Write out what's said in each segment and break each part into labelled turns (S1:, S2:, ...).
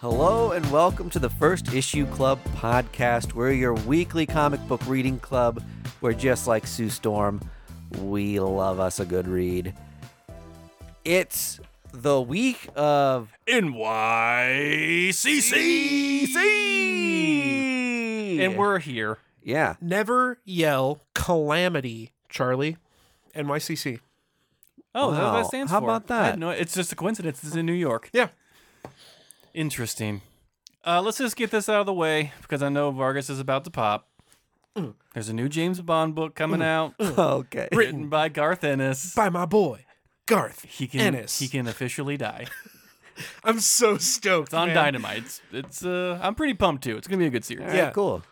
S1: Hello and welcome to the First Issue Club podcast. We're your weekly comic book reading club. We're just like Sue Storm. We love us a good read. It's the week of
S2: NYCC.
S1: C,
S2: And we're here.
S1: yeah.
S3: Never yell calamity, Charlie. NYCC.
S2: Oh, that's what
S1: Wow.
S2: that stands
S1: How
S2: for.
S1: about
S2: I had
S1: that?
S2: no, it's just a coincidence. It's in New York.
S3: Yeah.
S2: Interesting. Uh, let's just get this out of the way because I know Vargas is about to pop. There's a new James Bond book coming out,
S1: Okay.
S2: written by Garth Ennis.
S3: By my boy, Garth
S2: He can
S3: Ennis.
S2: he can officially die.
S3: I'm so stoked.
S2: It's on
S3: man.
S2: Dynamite. It's, it's uh I'm pretty pumped too. It's gonna be a good series.
S1: All right,
S3: Yeah.
S1: cool.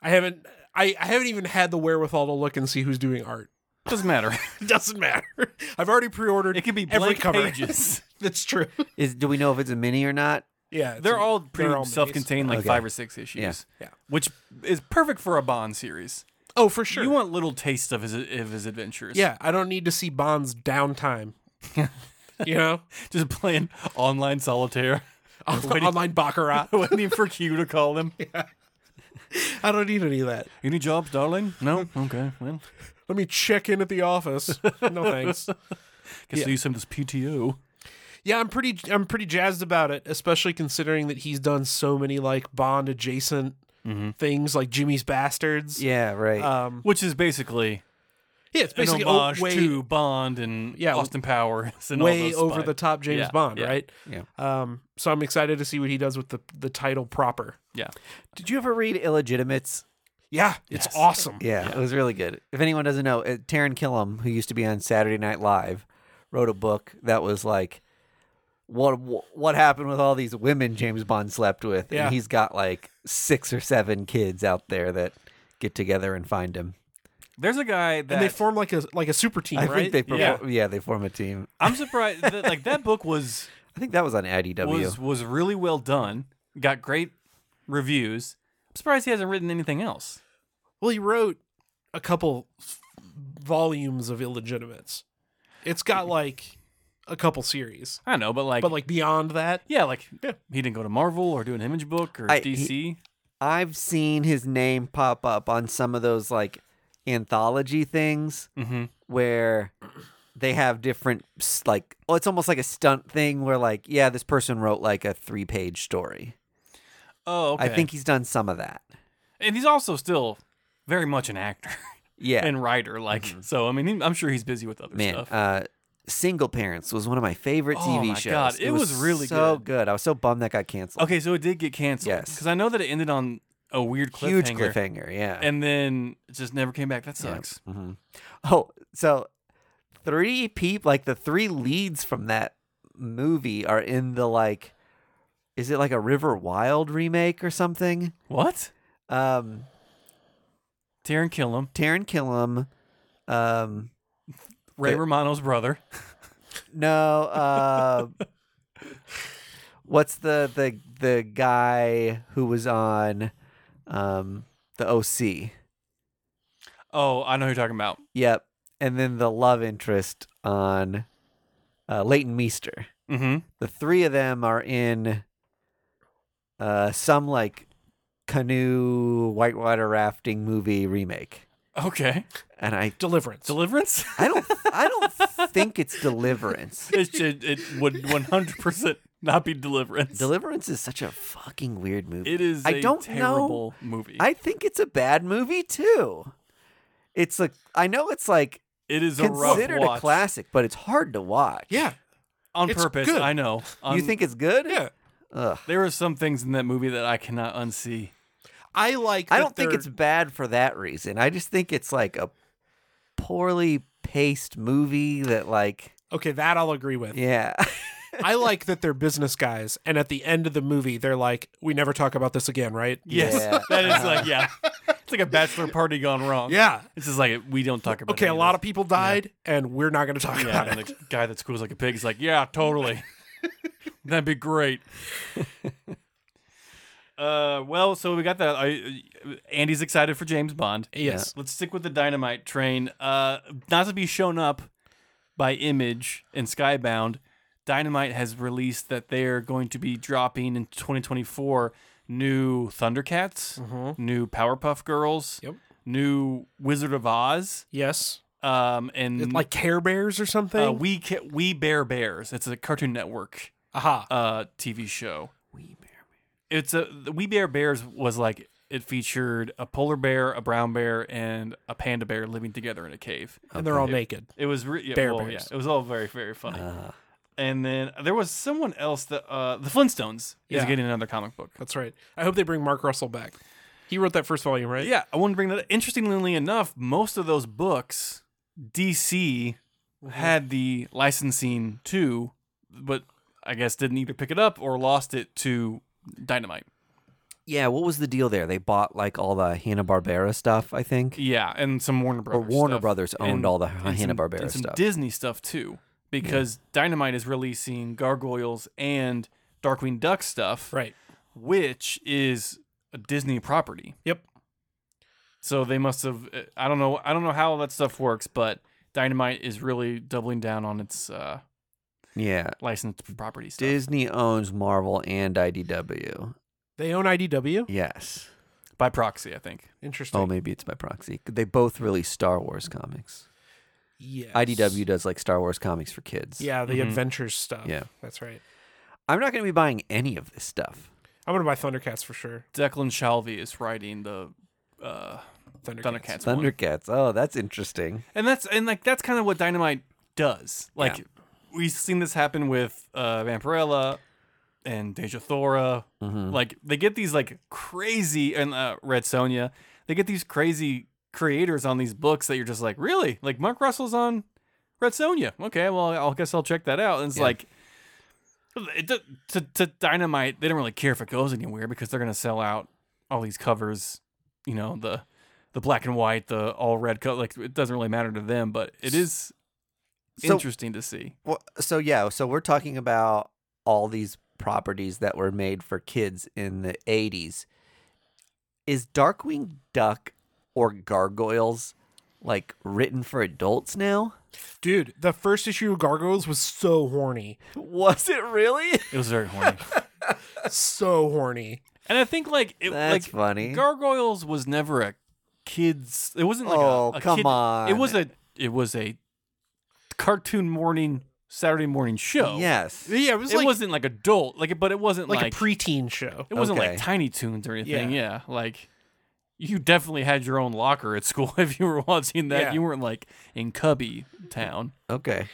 S3: I haven't I, I haven't even had the wherewithal to look and see who's doing art.
S2: Doesn't matter.
S3: Doesn't matter. I've already pre-ordered.
S2: It could be
S3: every
S2: blank
S3: cover.
S2: pages.
S3: That's true.
S1: Is do we know if it's a mini or not?
S3: Yeah, it's-
S2: They're all pretty
S3: they're all minis.
S2: self-contained, like
S1: Okay.
S2: five or six issues.
S3: Yeah.
S2: Which is perfect for a Bond series.
S3: Oh, for sure.
S2: You want little taste of his of his adventures.
S3: yeah, I don't need to see Bond's downtime. you know,
S2: Just playing online solitaire,
S3: On- online baccarat.
S2: waiting for Q to call him.
S3: I don't need any of that.
S2: Any jobs, darling? No. Okay. Well,
S3: Let me check in at the office. No thanks.
S2: guess
S3: Yeah.
S2: I use some of this PTO.
S3: Yeah, I'm pretty I'm pretty jazzed about it, especially considering that he's done so many like Bond adjacent
S2: Mm-hmm.
S3: things like Jimmy's Bastards.
S1: Yeah, right.
S3: Um
S2: Which is basically,
S3: yeah, it's basically
S2: an homage
S3: o- way,
S2: to Bond and
S3: Yeah,
S2: Austin Powers and all
S3: way
S2: those
S3: over
S2: spy-
S3: the top James
S2: Yeah,
S3: Bond,
S2: yeah.
S3: right?
S1: Yeah.
S3: Um so I'm excited to see what he does with the the title proper.
S2: Yeah.
S1: Did you ever read Illegitimates?
S3: Yeah, it's awesome.
S1: Yeah, it was really good. If anyone doesn't know, uh, Taron Killam, who used to be on Saturday Night Live, wrote a book that was like, what what happened with all these women James Bond slept with?
S3: Yeah.
S1: And he's got like six or seven kids out there that get together and find him.
S2: There's a guy that
S3: And they form like a like a super team,
S1: I
S3: right?
S1: think they
S2: Yeah.
S1: perform, yeah. they form a team.
S2: I'm surprised that like that book was
S1: I think that was on IDW.
S2: was was really well done. Got great reviews. I'm surprised he hasn't written anything else.
S3: well, he wrote a couple volumes of illegitimates. It's got like a couple series.
S2: I don't know, but Mm-hmm. like,
S3: But like beyond that,
S2: yeah, like
S3: Yeah.
S2: he didn't go to Marvel or do an image book or
S1: I- he-
S2: DC.
S1: I've seen his name pop up on some of those like anthology things.
S2: mm-hmm.
S1: where they have different s- like well it's almost like a stunt thing where like yeah this person wrote like a three page story
S2: Oh, okay.
S1: i think he's done some of that
S2: and he's also still very much an actor
S1: yeah Mm-hmm.
S2: and writer. Like, so I mean, he- I'm sure he's busy with other
S1: man
S2: stuff.
S1: uh single parents was one of my favorite
S2: Oh
S1: tv
S2: my
S1: shows
S2: God, it was really
S1: so
S2: good.
S1: i was so bummed that got canceled
S2: okay, so it did get canceled.
S1: Yes.
S2: because I know that it ended on a weird cliffhanger,
S1: huge cliffhanger yeah
S2: and then it just never came back. That sucks.
S1: Mhm. oh so three people like the three leads from that movie are in the like is it like a river wild remake or something
S2: What?
S1: um
S2: Taron Killam,
S1: Taron Killam. Um,
S2: Ray
S1: They-
S2: Romano's brother.
S1: no, uh, what's the the the guy who was on um, the OC?
S2: Oh, I know who you're talking about.
S1: Yep, and then the love interest on uh, Leighton Meester.
S2: Mm-hmm.
S1: The three of them are in uh, some like canoe whitewater rafting movie remake,
S2: Okay,
S1: and I
S3: Deliverance.
S2: Deliverance.
S1: I don't I don't think it's Deliverance.
S2: it, should, it would 100 percent not be Deliverance.
S1: Deliverance is such a fucking weird movie.
S2: it is.
S1: I
S2: a
S1: don't know.
S2: terrible movie.
S1: I think it's a bad movie too. It's like I know it's like
S2: it is a rough
S1: considered a
S2: watch
S1: classic, but it's hard to watch.
S3: yeah.
S2: on
S3: It's
S2: purpose.
S3: good.
S2: I know.
S1: you
S2: On-
S1: think it's good?
S3: Yeah.
S1: Ugh.
S2: There are some things in that movie that I cannot unsee.
S3: I like.
S1: I
S3: that
S1: don't think
S3: they're-
S1: it's bad for that reason. I just think it's like a poorly paced movie that like
S3: okay. That I'll agree with.
S1: yeah.
S3: I like that they're business guys, and at the end of the movie, they're like, "We never talk about this again," right?
S2: Yes,
S1: Yeah.
S2: that is like yeah, it's like a bachelor party gone wrong.
S3: Yeah.
S2: it's just like we don't talk about.
S3: Okay,
S2: any
S3: a lot
S2: this.
S3: of people died, and we're not going to talk
S2: yeah.
S3: about
S2: And
S3: it.
S2: the guy that's cool as like a pig is like, yeah, totally. That'd be great. uh, well, so we got that. I, Andy's excited for James Bond.
S3: Yes.
S2: Let's stick with the dynamite train. Uh, not to be shown up by Image and Skybound. Dynamite has released that they're going to be dropping in 2024 new Thundercats, new Powerpuff Girls,
S3: Yep.
S2: new Wizard of Oz,
S3: Yes.
S2: um, and
S1: Mm.
S3: It- like Care Bears or something.
S2: uh, we Ca- we Bear Bears. It's a Cartoon Network
S3: Aha.
S2: uh, TV show. It's a the We Bear Bears was like it featured a polar bear, a brown bear, and a panda bear living together in a cave.
S3: and they're all naked.
S2: It was re- yeah,
S3: Bear
S2: well,
S3: Bears. Ah.
S2: yeah, it was all very very funny. and then there was someone else that uh, the Flintstones
S3: Yeah.
S2: is getting another comic book.
S3: That's right. I hope they bring Mark Russell back. He wrote that first volume, right?
S2: Yeah, I want to bring that. up. Interestingly enough, most of those books DC had the licensing to, but I guess didn't either pick it up or lost it to Dynamite.
S1: Yeah, what was the deal there? They bought like all the Hanna Barbera stuff, I think.
S2: Yeah, and some Warner Brothers.
S1: Warner
S2: stuff.
S1: Brothers owned all the
S2: and some-
S1: Hanna-Barbera
S2: and some
S1: stuff.
S2: Disney stuff too, because Dynamite is releasing Gargoyles and Darkwing Duck stuff,
S3: Right.
S2: which is a Disney property.
S3: Yep.
S2: So they must have. I don't know. I don't know how that stuff works, but Dynamite is really doubling down on its uh,
S1: Yeah.
S2: licensed property stuff.
S1: Disney owns Marvel and IDW.
S3: They own IDW.
S1: Yes.
S2: by proxy, I think.
S3: Interesting.
S1: Oh, maybe it's by proxy. They both release Star Wars comics.
S3: Yes.
S1: IDW does like Star Wars comics for kids.
S3: Yeah, the adventures stuff.
S1: Mm-hmm. Yeah.
S3: That's right.
S1: I'm not going to be buying any of this stuff.
S3: I'm gonna buy Thundercats for sure.
S2: Declan Shalvey is writing the uh,
S3: Thundercats.
S2: Thundercats, one.
S1: Thundercats. Oh, that's interesting.
S2: and that's and like that's kind of what Dynamite does. Like we've seen this happen with uh, Vampirella and Deja Thora.
S1: Mm-hmm. Hmm.
S2: Like they get these like crazy and uh, Red Sonja. They get these crazy creators on these books that you're just like, really? Like Mark Russell's on Red Sonja. Okay, well I will guess I'll check that out. And it's like. It, do- to, to Dynamite, they don't really care if it goes anywhere because they're gonna sell out all these covers. You know the the black and white, the all red color. Like it doesn't really matter to them, but it is
S1: So-
S2: interesting to see.
S1: Well, so yeah, so we're talking about all these properties that were made for kids in the 80s. Is Darkwing Duck or Gargoyles like written for adults now?
S3: Dude, the first issue of Gargoyles was so horny.
S1: Was it really?
S2: It was very horny,
S3: so horny.
S2: and I think like it,
S1: That's
S2: like
S1: funny.
S2: Gargoyles was never a kids. It wasn't like a-
S1: Oh,
S2: a,
S1: come
S2: kid-
S1: on.
S2: It was a it was a cartoon morning Saturday morning show.
S1: yes.
S3: Yeah, it was
S2: it
S3: like,
S2: wasn't like adult like but it wasn't
S3: like,
S2: like,
S3: a preteen show.
S2: it wasn't
S1: Okay.
S2: like Tiny Toons or anything.
S3: Yeah.
S2: Yeah. like. You definitely had your own locker at school if you were watching that.
S3: Yeah.
S2: You weren't like in Cubby Town.
S1: Okay.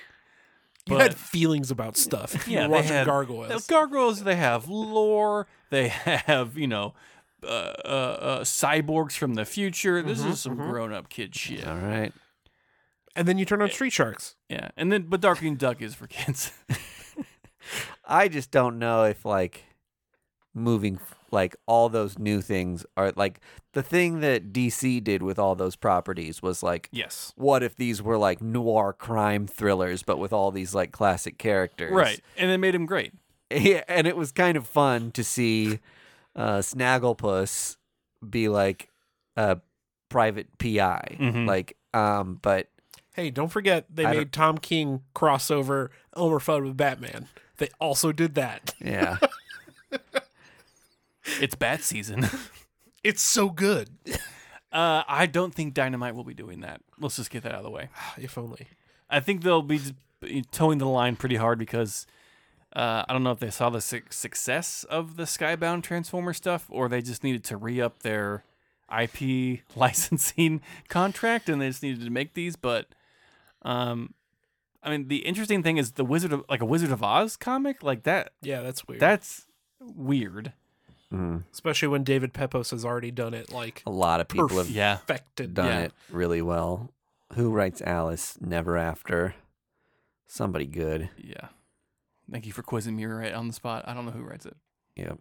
S3: You
S2: but-
S3: had feelings about stuff. if you were
S2: they
S3: watching
S2: had- The
S3: Gargoyles.
S2: gargoyles. They have lore. They have you know, uh, uh, uh, cyborgs from the future. This
S3: Mm-hmm,
S2: is some grown-up kid shit.
S1: All right.
S3: and then you turn on Street Sharks.
S2: Yeah, and then but Darkwing Duck is for kids.
S1: I just don't know if like moving like all those new things are like the thing that DC did with all those properties was like
S2: yes,
S1: what if these were like noir crime thrillers but with all these like classic characters
S2: right, and it made him great.
S1: yeah, and it was kind of fun to see uh snagglepuss be like a private pi
S2: Mm-hmm.
S1: like um but
S3: Hey, don't forget they
S1: I don't-
S3: made Tom King crossover Elmer Fudd with Batman. They also did that.
S1: yeah
S2: It's bat season.
S3: It's so good.
S2: Uh, I don't think Dynamite will be doing that. Let's just get that out of the way.
S3: if only.
S2: I think they'll be towing the line pretty hard because uh, I don't know if they saw the suc success of the Skybound Transformer stuff or they just needed to re up their IP licensing contract and they just needed to make these. But um, I mean, the interesting thing is the Wizard of like a Wizard of Oz comic like that.
S3: Yeah, that's weird.
S2: That's weird.
S3: Especially when David Pepos has already done it like
S1: a lot of people have
S2: Yeah.
S3: perfected.
S1: done
S2: Yeah.
S1: it really well who writes alice never after somebody good
S2: Yeah. Thank you for quizzing me right on the spot. I don't know who writes it.
S1: yep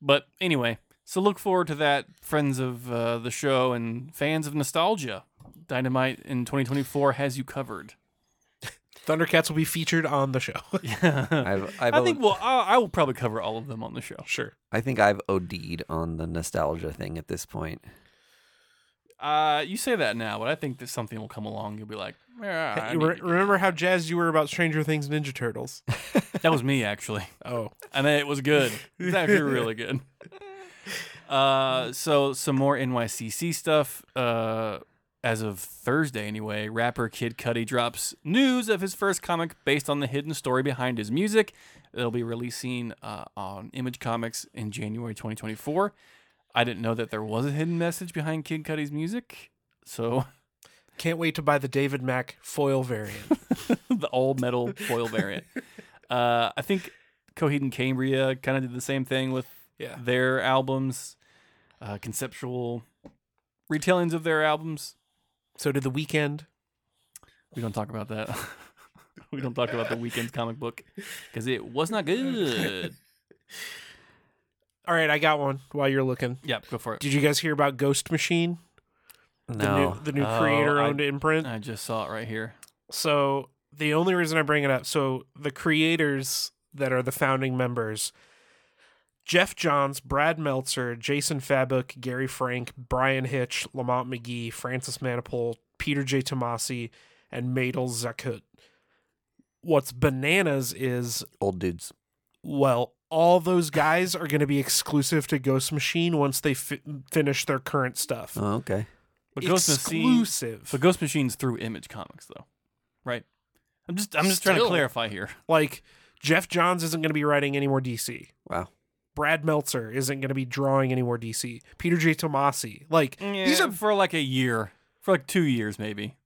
S2: But anyway, so look forward to that, friends of uh, the show and fans of nostalgia. Dynamite in 2024 has you covered.
S3: Thundercats will be featured on the show.
S1: i've, I've
S2: I think
S1: o-
S2: well, I, I will probably cover all of them on the show.
S3: sure.
S1: i think i've od'd on the nostalgia thing at this point
S2: Uh, you say that now, but I think that something will come along. You'll be like, Yeah, I
S3: You
S2: need
S3: re-
S2: to-
S3: remember how jazzed you were about Stranger Things Ninja Turtles?
S2: that was me actually.
S3: Oh,
S2: and then it was good. It was actually really good. Uh, so some more NYCC stuff. Uh, as of Thursday, anyway, rapper Kid Cudi drops news of his first comic based on the hidden story behind his music. It'll be releasing uh, on Image Comics in January 2024. I didn't know that there was a hidden message behind Kid Cudi's music. So
S3: can't wait to buy the David Mack foil variant.
S2: the all metal foil variant. Uh, I think Coheed and Cambria kind of did the same thing with
S3: Yeah.
S2: their albums, uh, conceptual retellings of their albums.
S3: So did the weekend.
S2: We don't talk about that. we don't talk about the weekend's comic book because it was not good.
S3: All right, I got one. While you're looking,
S2: Yeah, go for it.
S3: did you guys hear about Ghost Machine? The
S1: No.
S3: new, the new
S2: Oh,
S3: creator-owned imprint.
S2: I just saw it right here.
S3: So the only reason I bring it up, so the creators that are the founding members, Jeff Johns, Brad Meltzer, Jason Fabuk, Gary Frank, Brian Hitch, Lamont McGee, Francis Manipul, Peter J. Tomasi, and Madel Zakut. What's bananas is
S1: Old dudes.
S3: well, all those guys are going to be exclusive to Ghost Machine once they fi- finish their current stuff.
S1: Oh, okay.
S2: But Ghost Machine,
S3: exclusive.
S2: but Ghost Machine's through Image Comics though, right? I'm just I'm just trying to
S3: Still.
S2: clarify here.
S3: like Jeff Johns isn't going to be writing any more DC.
S1: Wow.
S3: Brad Meltzer isn't going to be drawing any more DC. Peter J. Tomasi, like these
S2: Yeah,
S3: are,
S2: for like a year, for like two years maybe,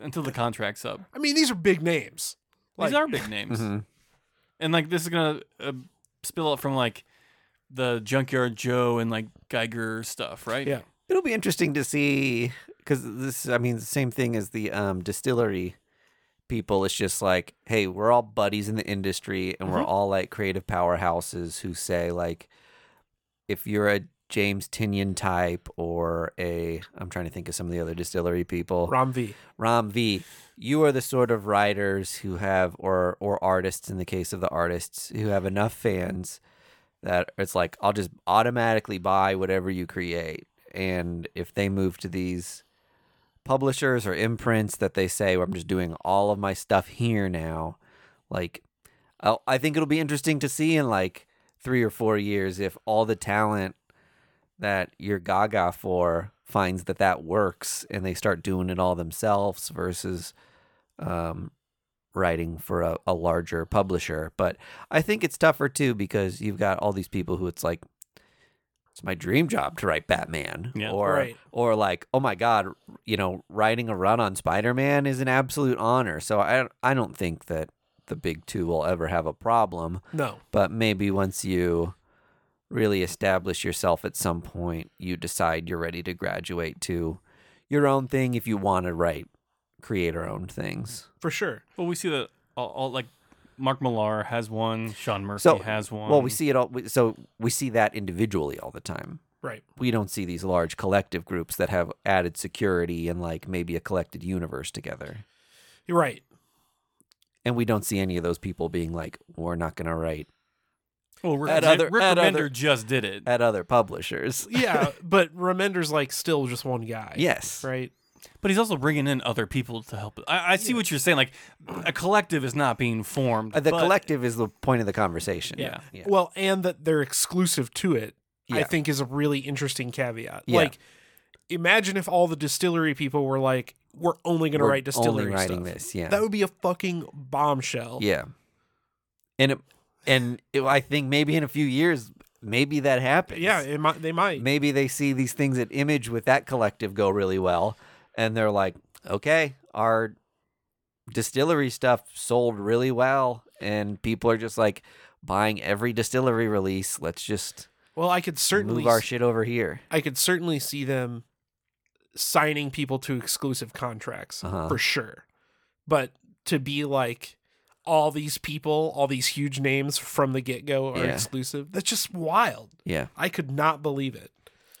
S2: until the contract's up.
S3: I mean, these are big names. Like, Mm-hmm.
S2: These are big names.
S1: Mhm.
S2: and like this is gonna uh, spill up from like the Junkyard Joe and like Geiger stuff, right?
S3: Yeah.
S1: It'll be interesting to see because this, I mean, the same thing as the um, distillery people. It's just like, hey, we're all buddies in the industry and we're all like creative powerhouses who say, like, if you're a James Tinian type or a, I'm trying to think of some of the other distillery people.
S3: Rom V.
S1: Ram V, you are the sort of writers who have, or or artists in the case of the artists, who have enough fans that it's like I'll just automatically buy whatever you create. And if they move to these publishers or imprints that they say, I'm just doing all of my stuff here now, like i I think it'll be interesting to see in like three or four years if all the talent that you're gaga for finds that that works and they start doing it all themselves versus um, writing for a, a larger publisher. But I think it's tougher too because you've got all these people who it's like, it's my dream job to write Batman,
S2: Yeah.
S1: or
S3: Right.
S1: or like, oh my god, you know, writing a run on Spider Man is an absolute honor. So I I don't think that the big two will ever have a problem
S3: No,
S1: but maybe once you really establish yourself at some point you decide you're ready to graduate to your own thing if you want to write creator owned things
S3: for sure.
S2: Well, we see that all, all like Mark Millar has one, Sean Murphy
S1: So,
S2: has one.
S1: well we see it all we- so we see that individually all the time
S3: Right.
S1: we don't see these large collective groups that have added security and like maybe a collected universe together
S3: You're right.
S1: and we don't see any of those people being like we're not going to write
S2: Well, Rick,
S1: At
S2: Remender-
S1: other-
S2: Rick
S1: at
S2: Remender
S1: other-
S2: just did it.
S1: at other publishers
S3: Yeah, but Remender's like still just one guy.
S1: yes
S3: Right.
S2: But he's also bringing in other people to help. I, I see what you're saying. Like, a collective is not being formed.
S1: Uh, the
S2: but-
S1: collective is the point of the conversation
S2: Yeah.
S1: yeah,
S3: Well, and that they're exclusive to it, I
S1: Yeah.
S3: think is a really interesting caveat.
S1: Yeah.
S3: Like, imagine if all the distillery people were like, "We're only going to
S1: We're
S3: write distillery
S1: only writing
S3: stuff."
S1: this yeah
S3: That would be a fucking bombshell.
S1: Yeah, and it, and it, I think maybe in a few years, maybe that happens.
S3: Yeah, it might, they might.
S1: maybe they see these things at Image with that collective go really well, and they're like, okay, our distillery stuff sold really well, and people are just like buying every distillery release. Let's just
S3: Well, I could certainly
S1: move our shit over here.
S3: I could certainly see them signing people to exclusive contracts
S1: Uh-huh.
S3: for sure. But to be like all these people, all these huge names from the get-go are
S1: Yeah.
S3: exclusive. That's just wild.
S1: Yeah.
S3: I could not believe it.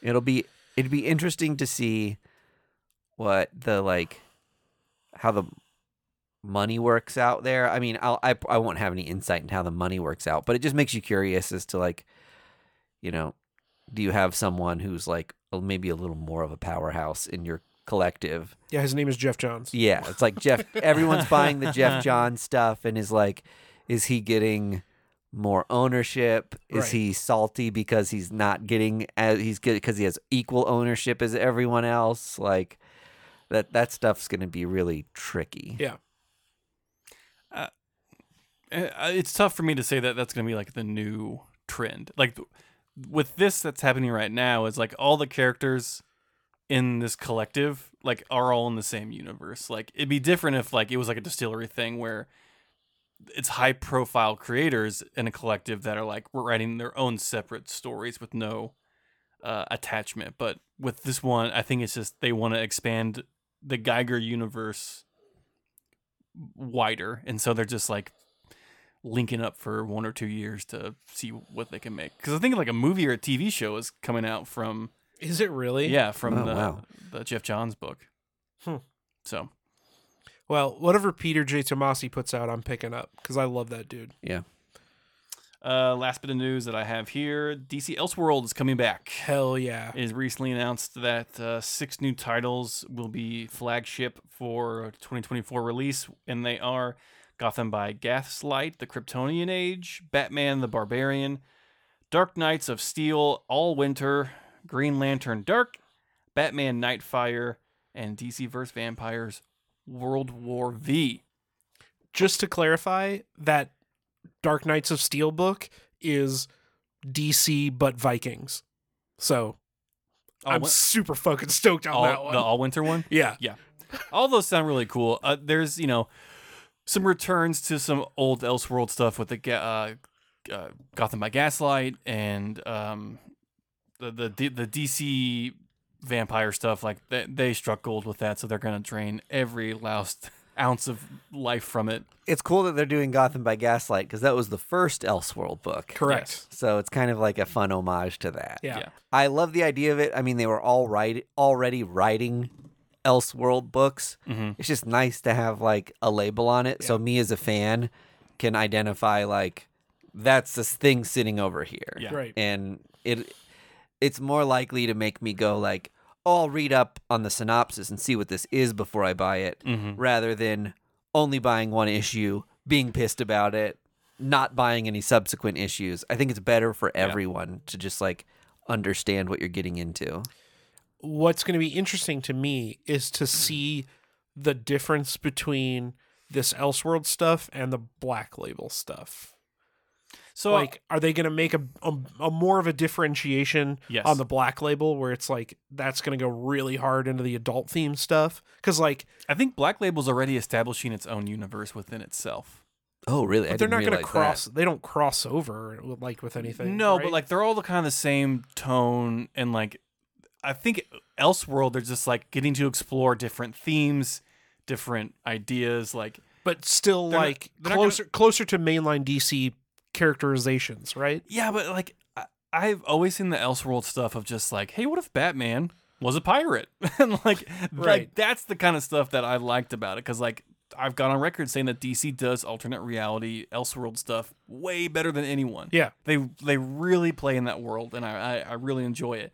S1: It'll be it'd be interesting to see what the like how the money works out there. I mean, I'll, I I won't have any insight into how the money works out, but it just makes you curious as to like, you know, do you have someone who's like a- maybe a little more of a powerhouse in your collective.
S3: Yeah, his name is Jeff Johns.
S1: Yeah, it's like Jeff. Everyone's buying the Jeff John stuff, and is like, is he getting more ownership? Is
S3: Right.
S1: he salty because he's not getting as he's good because he has equal ownership as everyone else? Like that that stuff's going to be really tricky.
S3: Yeah.
S2: Uh, it's tough for me to say that that's going to be like the new trend. Like th- with this that's happening right now is like all the characters in this collective like are all in the same universe. Like it'd be different if like it was like a distillery thing where it's high profile creators in a collective that are like writing their own separate stories with no uh, attachment. But with this one, I think it's just they want to expand the Geiger universe wider, and so they're just like linking up for one or two years to see what they can make. Because I think like a movie or a TV show is coming out from
S3: Is it really?
S2: yeah from
S1: Oh,
S2: the,
S1: wow.
S2: the Jeff Johns book.
S3: Hmm.
S2: So
S3: Well, whatever Peter J. Tomasi puts out, I'm picking up because I love that dude.
S1: Yeah.
S2: uh, last bit of news that I have here: DC Elseworld is coming back.
S3: Hell yeah.
S2: It is recently announced that uh, six new titles will be flagship for 2024 release, and they are Gotham by Gaslight, The Kryptonian Age, Batman the Barbarian, Dark Knights of Steel, All Winter, Green Lantern Dark, Batman Nightfire, and DC vs. Vampires World War V.
S3: Just to clarify, that Dark Knights of Steel book is DC but Vikings. So
S2: All,
S3: I'm
S2: win-
S3: super fucking stoked on
S2: all-
S3: that one.
S2: the All Winter one?
S3: yeah.
S2: all those sound really cool. Uh, there's you know some returns to some old Elseworld stuff with the ga- uh, uh, Gotham by Gaslight and um, the the D- the DC vampire stuff. Like they, they struck gold with that, so they're gonna drain every last ounce of life from it.
S1: It's cool that they're doing Gotham by Gaslight because that was the first Elseworld book.
S3: Correct.
S1: So it's kind of like a fun homage to that.
S3: Yeah.
S2: Yeah.
S1: I love the idea of it. I mean, they were all right, already writing Elseworld books.
S2: Mhm.
S1: It's just nice to have like a label on it, so me as a fan can identify like that's this thing sitting over here,
S2: Yeah.
S3: Right.
S1: and it it's more likely to make me go like, oh, I'll read up on the synopsis and see what this is before I buy it,
S2: Mhm.
S1: rather than only buying one issue, being pissed about it, not buying any subsequent issues. I think it's better for everyone to just like understand what you're getting into.
S3: what's going to be interesting to me is to see the difference between this Elseworld stuff and the Black Label stuff.
S2: So
S3: like, are they going to make a, a, a more of a differentiation
S2: Yes.
S3: on the Black Label where it's like that's going to go really hard into the adult theme stuff? Because like
S2: I think Black Label's already establishing its own universe within itself.
S1: Oh, really?
S3: but they're not going to cross. They don't cross over with- like with anything.
S2: No,
S3: right?
S2: but like they're all the kind of the same tone and like I think Elseworld they're just like getting to explore different themes, different ideas. Like
S3: but still
S2: they're not-
S3: like
S2: they're not gonna-
S3: closer closer to mainline DC characterizations, right?
S2: yeah, but like I, I've always seen the Elseworld stuff of just like, hey, what if Batman was a pirate? and like,
S3: Right.
S2: like that's the kind of stuff that I liked about it because like I've gone on record saying that DC does alternate reality Elseworld stuff way better than anyone.
S3: Yeah.
S2: they they really play in that world and I, I i really enjoy it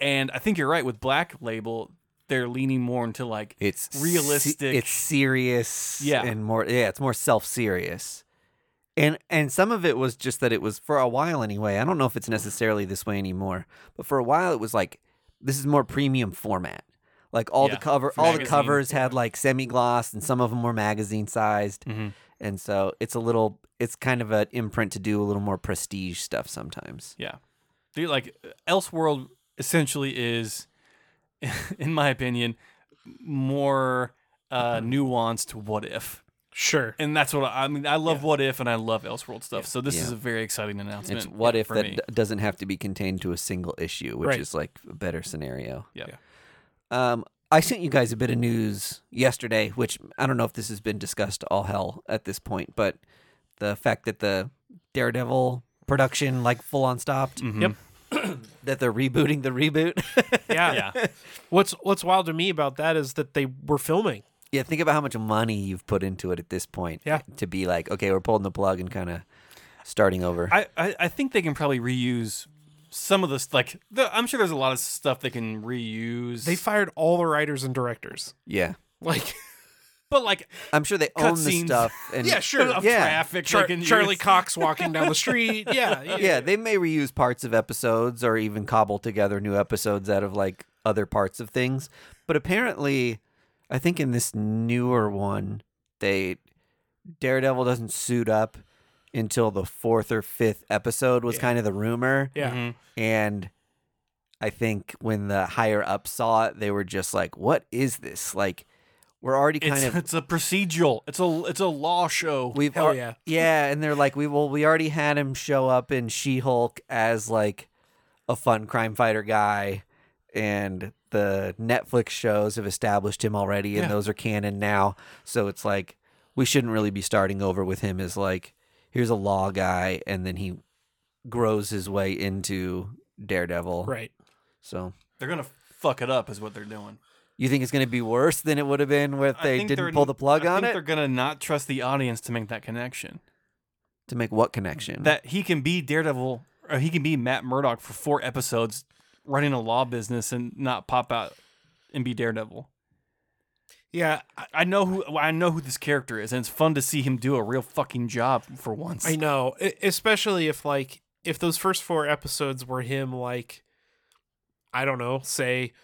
S2: and i think you're right with black label they're leaning more into like
S1: It's se-
S2: Realistic.
S1: it's serious.
S2: Yeah.
S1: and more. Yeah, it's more self-serious. And and some of it was just that it was for a while anyway. I don't know if it's necessarily this way anymore, but for a while it was like this is more premium format. Like all
S2: Yeah,
S1: the cover,
S2: for
S1: all the
S2: magazine,
S1: covers had like semi gloss, and some of them were magazine sized,
S2: Mhm.
S1: and so it's a little, it's kind of an imprint to do a little more prestige stuff sometimes.
S2: yeah they like elseworld essentially is in my opinion more uh nuanced what if
S3: Sure.
S2: and that's what i, I mean i love what if and i love elseworld stuff so this is
S1: Yeah.
S2: a very exciting announcement
S1: It's what if
S2: for
S1: that
S2: me.
S1: d- doesn't have to be contained to a single issue, which
S3: Right.
S1: is like a better scenario.
S2: Yeah.
S1: Um, I sent you guys a bit of news yesterday, which I don't know if this has been discussed to all hell at this point, but the fact that the Daredevil production like full on stopped,
S2: Mhm.
S3: Yep.
S1: that they're rebooting the reboot.
S3: Yeah.
S2: Ah, yeah
S3: what's what's wild to me about that is that they were filming.
S1: yeah, think about how much money you've put into it at this point.
S3: Yeah.
S1: To be like, okay, we're pulling the plug and kind of starting over.
S2: I, I i think they can probably reuse some of this like the, I'm sure there's a lot of stuff they can reuse.
S3: They fired all the writers and directors.
S1: Yeah,
S3: Like,
S2: but like
S1: I'm sure they own the
S2: Cutscenes.
S1: stuff. And
S3: yeah, sure.
S2: of
S1: Yeah.
S2: traffic,
S3: Char-
S2: they can
S3: Charlie
S2: use.
S3: Cox walking down the street. Yeah,
S1: yeah, they may reuse parts of episodes or even cobble together new episodes out of like other parts of things. But apparently, I think in this newer one, they Daredevil doesn't suit up until the fourth or fifth episode was
S3: Yeah.
S1: kind of the rumor.
S3: Yeah.
S2: Mhm.
S1: And I think when the higher up saw it, they were just like, "What is this? Like, we're already kind
S2: It's,
S1: of
S2: it's a procedural. It's a it's a law show.
S1: we've
S3: Hell
S1: al-
S3: yeah.
S1: yeah and they're like we well we already had him show up in she-hulk as like a fun crime fighter guy and the netflix shows have established him already and
S3: Yeah.
S1: those are canon now so it's like we shouldn't really be starting over with him as like here's a law guy and then he grows his way into daredevil
S3: Right.
S1: so
S2: they're gonna fuck it up, is what they're doing.
S1: you think it's going to be worse than it would have been if
S2: I
S1: they
S2: think they're-
S1: didn't pull the plug
S2: I
S1: on
S2: think
S1: it
S2: They're gonna not trust the audience to make that connection.
S1: to make what connection
S2: That he can be Daredevil, or he can be Matt Murdock for four episodes, running a law business and not pop out and be Daredevil.
S3: Yeah, I-
S2: I know who I know who this character is, and it's fun to see him do a real fucking job for once.
S3: I know. E- especially if like if those first four episodes were him like I don't know, say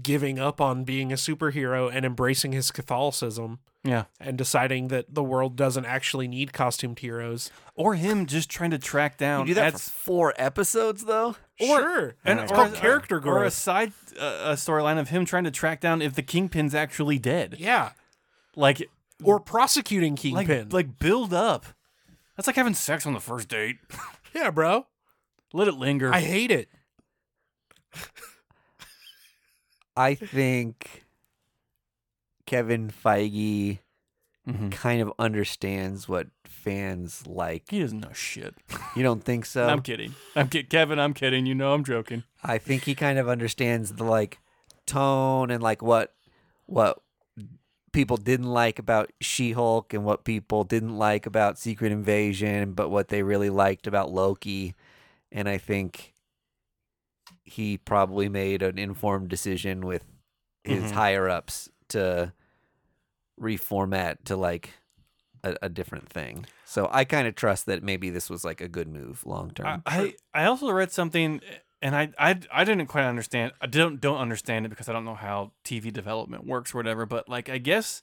S3: giving up on being a superhero and embracing his Catholicism
S2: yeah,
S3: and deciding that the world doesn't actually need costumed heroes.
S2: or him just trying to track down.
S1: you do that for
S2: ads-
S1: four episodes though
S3: sure.
S2: And
S3: And it's
S2: or-
S3: called character
S2: or a
S3: growth.
S2: side uh, a storyline of him trying to track down if the kingpin's actually dead.
S3: yeah.
S2: Like
S3: Or prosecuting Kingpin.
S2: like, like build up. That's like having sex on the first date.
S3: yeah, bro.
S2: Let it linger.
S3: I hate it.
S1: I think Kevin Feige
S2: Mm-hmm.
S1: kind of understands what fans like.
S2: He doesn't know shit.
S1: You don't think
S3: Um,
S1: so?
S2: I'm kidding. I'm kidding. Kevin, I'm kidding. You know I'm joking.
S1: I think he kind of understands the like tone and like what what people didn't like about She-Hulk and what people didn't like about Secret Invasion, but what they really liked about Loki. And I think he probably made an informed decision with his
S2: Mhm.
S1: higher ups to reformat to like a, a different thing. So I kind of trust that maybe this was like a good move long
S2: I,
S1: term.
S2: I I also read something and I, I I didn't quite understand. I don't don't understand it because I don't know how TV development works or whatever, but like I guess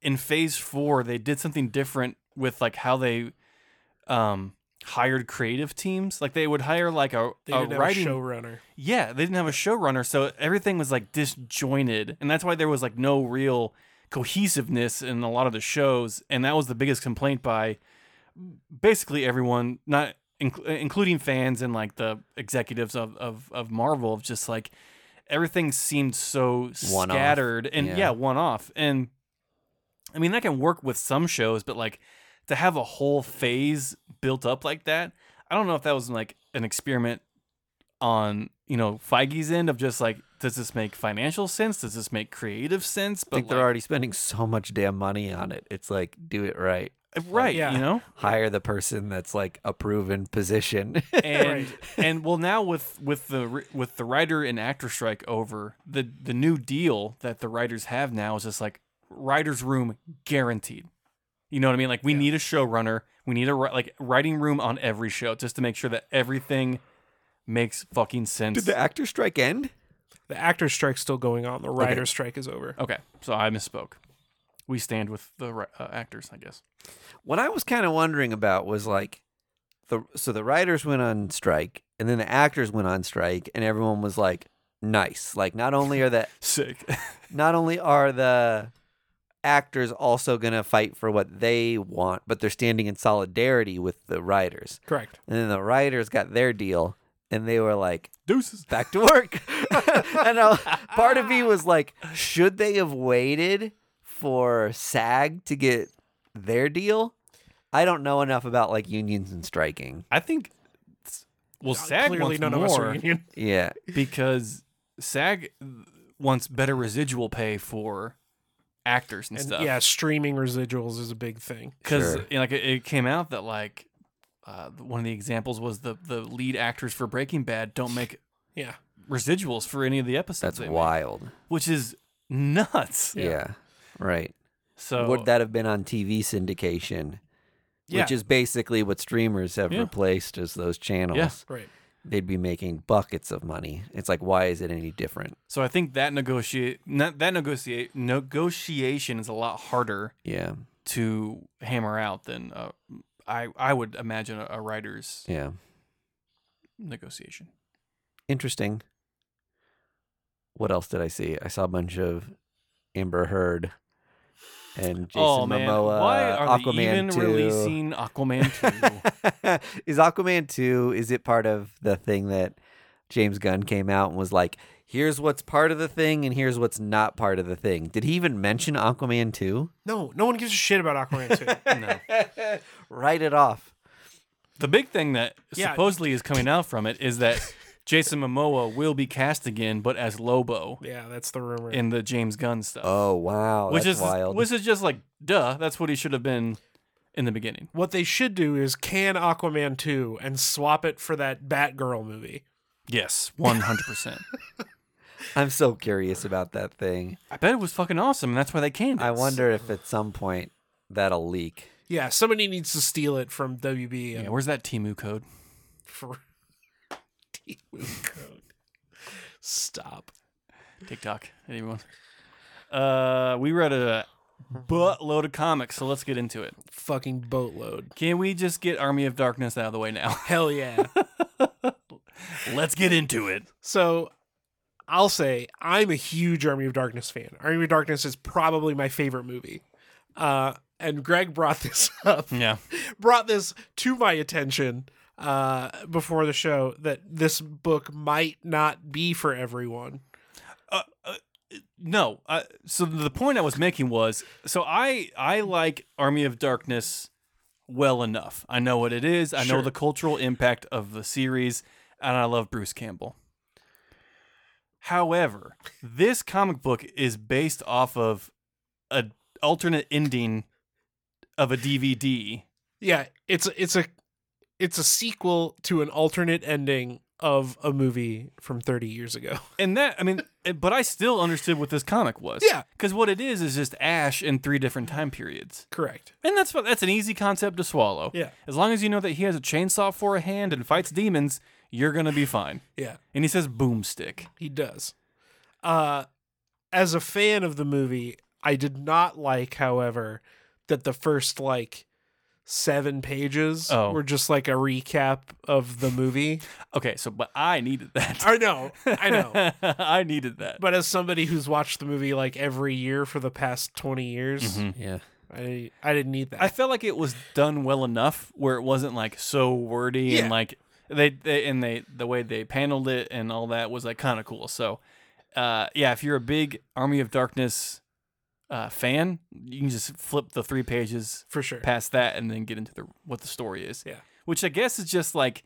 S2: in phase 4 they did something different with like how they um hired creative teams. Like they would hire like a,
S3: They
S2: a
S3: didn't have
S2: writing
S3: a showrunner.
S2: Yeah, they didn't have a showrunner, so everything was like disjointed, and that's why there was like no real cohesiveness in a lot of the shows, and that was the biggest complaint by basically everyone, not inc- including fans and like the executives of of of Marvel, of just like everything seemed so
S1: One-off.
S2: scattered and
S1: Yeah.
S2: yeah. one off, and I mean that can work with some shows, but like to have a whole phase built up like that, I don't know if that was like an experiment on you know Feige's end of just like does this make financial sense? Does this make creative sense?
S1: I
S2: But
S1: think
S2: like,
S1: they're already spending so much damn money on it. It's like, do it right.
S2: right,
S3: Yeah.
S2: you know,
S1: Hire the person that's like a proven position.
S2: and
S3: Right.
S2: and well now with with the ri- with the writer and actor strike over the the new deal that the writers have now is just like writers room guaranteed. You know what I mean? Like we need a showrunner, we need a ri- like writing room on every show just to make sure that everything makes fucking sense.
S1: Did the actor strike end?
S3: The actor strike's still going on. The writer strike is over.
S2: okay, so I misspoke. We stand with the ri- uh, actors, I guess.
S1: What I was kind of wondering about was like, the so the writers went on strike and then the actors went on strike and everyone was like, nice. Like, not only are the
S2: Sick.
S1: not only are the actors also gonna fight for what they want, but they're standing in solidarity with the writers.
S3: Correct.
S1: And then the writers got their deal and they were like,
S2: Deuces.
S1: back to work. and uh, part of me was like, should they have waited for SAG to get their deal? I don't know enough about like unions and striking.
S2: I think. Well, SAG
S3: Clearly,
S2: wants
S3: none
S2: more
S3: of us are union.
S1: Yeah.
S2: because SAG wants better residual pay for actors and,
S3: And
S2: stuff.
S3: yeah, streaming residuals is a big thing.
S2: because
S1: Sure.
S2: like it, it came out that like uh, one of the examples was the the lead actors for Breaking Bad don't make
S3: Yeah.
S2: residuals for any of the episodes.
S1: That's
S2: they make,
S1: wild.
S2: which is nuts.
S1: Yeah. Right.
S2: So
S1: Would that have been on TV syndication?
S3: Yeah.
S1: Which is basically what streamers have
S2: Yeah.
S1: replaced as those channels.
S3: right.
S1: They'd be making buckets of money. It's like, why is it any different?
S2: So I think that negotiate not, that negotiate negotiation is a lot harder
S1: Yeah.
S2: to hammer out than uh, I I would imagine a, a writer's
S1: Yeah.
S2: negotiation.
S1: Interesting. What else did I see? I saw a bunch of Amber Heard and Jason
S2: oh man,
S1: Momoa.
S2: why are
S1: Aquaman
S2: they even
S1: 2.
S2: releasing Aquaman two?
S1: is Aquaman 2 is it part of the thing that James Gunn came out and was like here's what's part of the thing and here's what's not part of the thing did he even mention Aquaman 2
S3: No, no one gives a shit about Aquaman 2.
S2: no.
S1: write it off
S2: The big thing that
S3: Yeah.
S2: supposedly is coming out from it is that Jason Momoa will be cast again, but as Lobo
S3: yeah, that's the rumor.
S2: in the James Gunn stuff.
S1: oh wow
S2: which
S1: that's
S2: is
S1: wild
S2: which is just like duh. That's what he should have been in the beginning.
S3: what they should do is can Aquaman 2 and swap it for that Batgirl movie.
S2: Yes, one hundred percent.
S1: I'm so curious about that thing
S2: I bet it was fucking awesome, and that's why they canned it.
S1: I wonder if at some point that'll leak
S3: Yeah, somebody needs to steal it from WB.
S2: Yeah,
S3: And
S2: where's that Timu code?
S3: for code. Stop.
S2: TikTok, anyone? Uh, we read a buttload of comics, so let's get into it.
S3: Fucking boatload.
S2: Can we just get Army of Darkness out of the way now?
S3: Hell yeah.
S2: let's get into it.
S3: so I'll say I'm a huge Army of Darkness fan. Army of Darkness is probably my favorite movie. Uh, and Greg brought this up.
S2: Yeah,
S3: brought this to my attention uh, before the show that this book might not be for everyone.
S2: no. Uh, so the point I was making was, so I I like Army of Darkness well enough. I know what it is. I
S3: Sure.
S2: know the cultural impact of the series, and I love Bruce Campbell. However, this comic book is based off of a alternate ending of a DVD.
S3: Yeah, it's it's a it's a sequel to an alternate ending of a movie from 30 years ago.
S2: And that, I mean, eh, but I still understood what this comic was.
S3: Yeah.
S2: Because what it is is just Ash in three different time periods.
S3: Correct.
S2: And that's that's an easy concept to swallow.
S3: Yeah.
S2: As long as you know that he has a chainsaw for a hand and fights demons, you're gonna be fine.
S3: Yeah,
S2: And he says boomstick.
S3: he does. Uh as a fan of the movie, I did not like however that the first like 7 pages
S2: Oh.
S3: were just like a recap of the movie.
S2: Okay, so but I needed that.
S3: I know. I know.
S2: I needed that.
S3: but as somebody who's watched the movie like every year for the past 20 years
S1: yeah
S3: i Mm-hmm. i didn't need that
S2: I felt like it was done well enough where it wasn't like so wordy
S3: Yeah.
S2: and like they, they and they the way they paneled it and all that was like kind of cool. So, uh, yeah, if you're a big Army of Darkness uh, fan, you can just flip the three pages
S3: for sure
S2: past that and then get into the what the story is.
S3: Yeah.
S2: which I guess is just like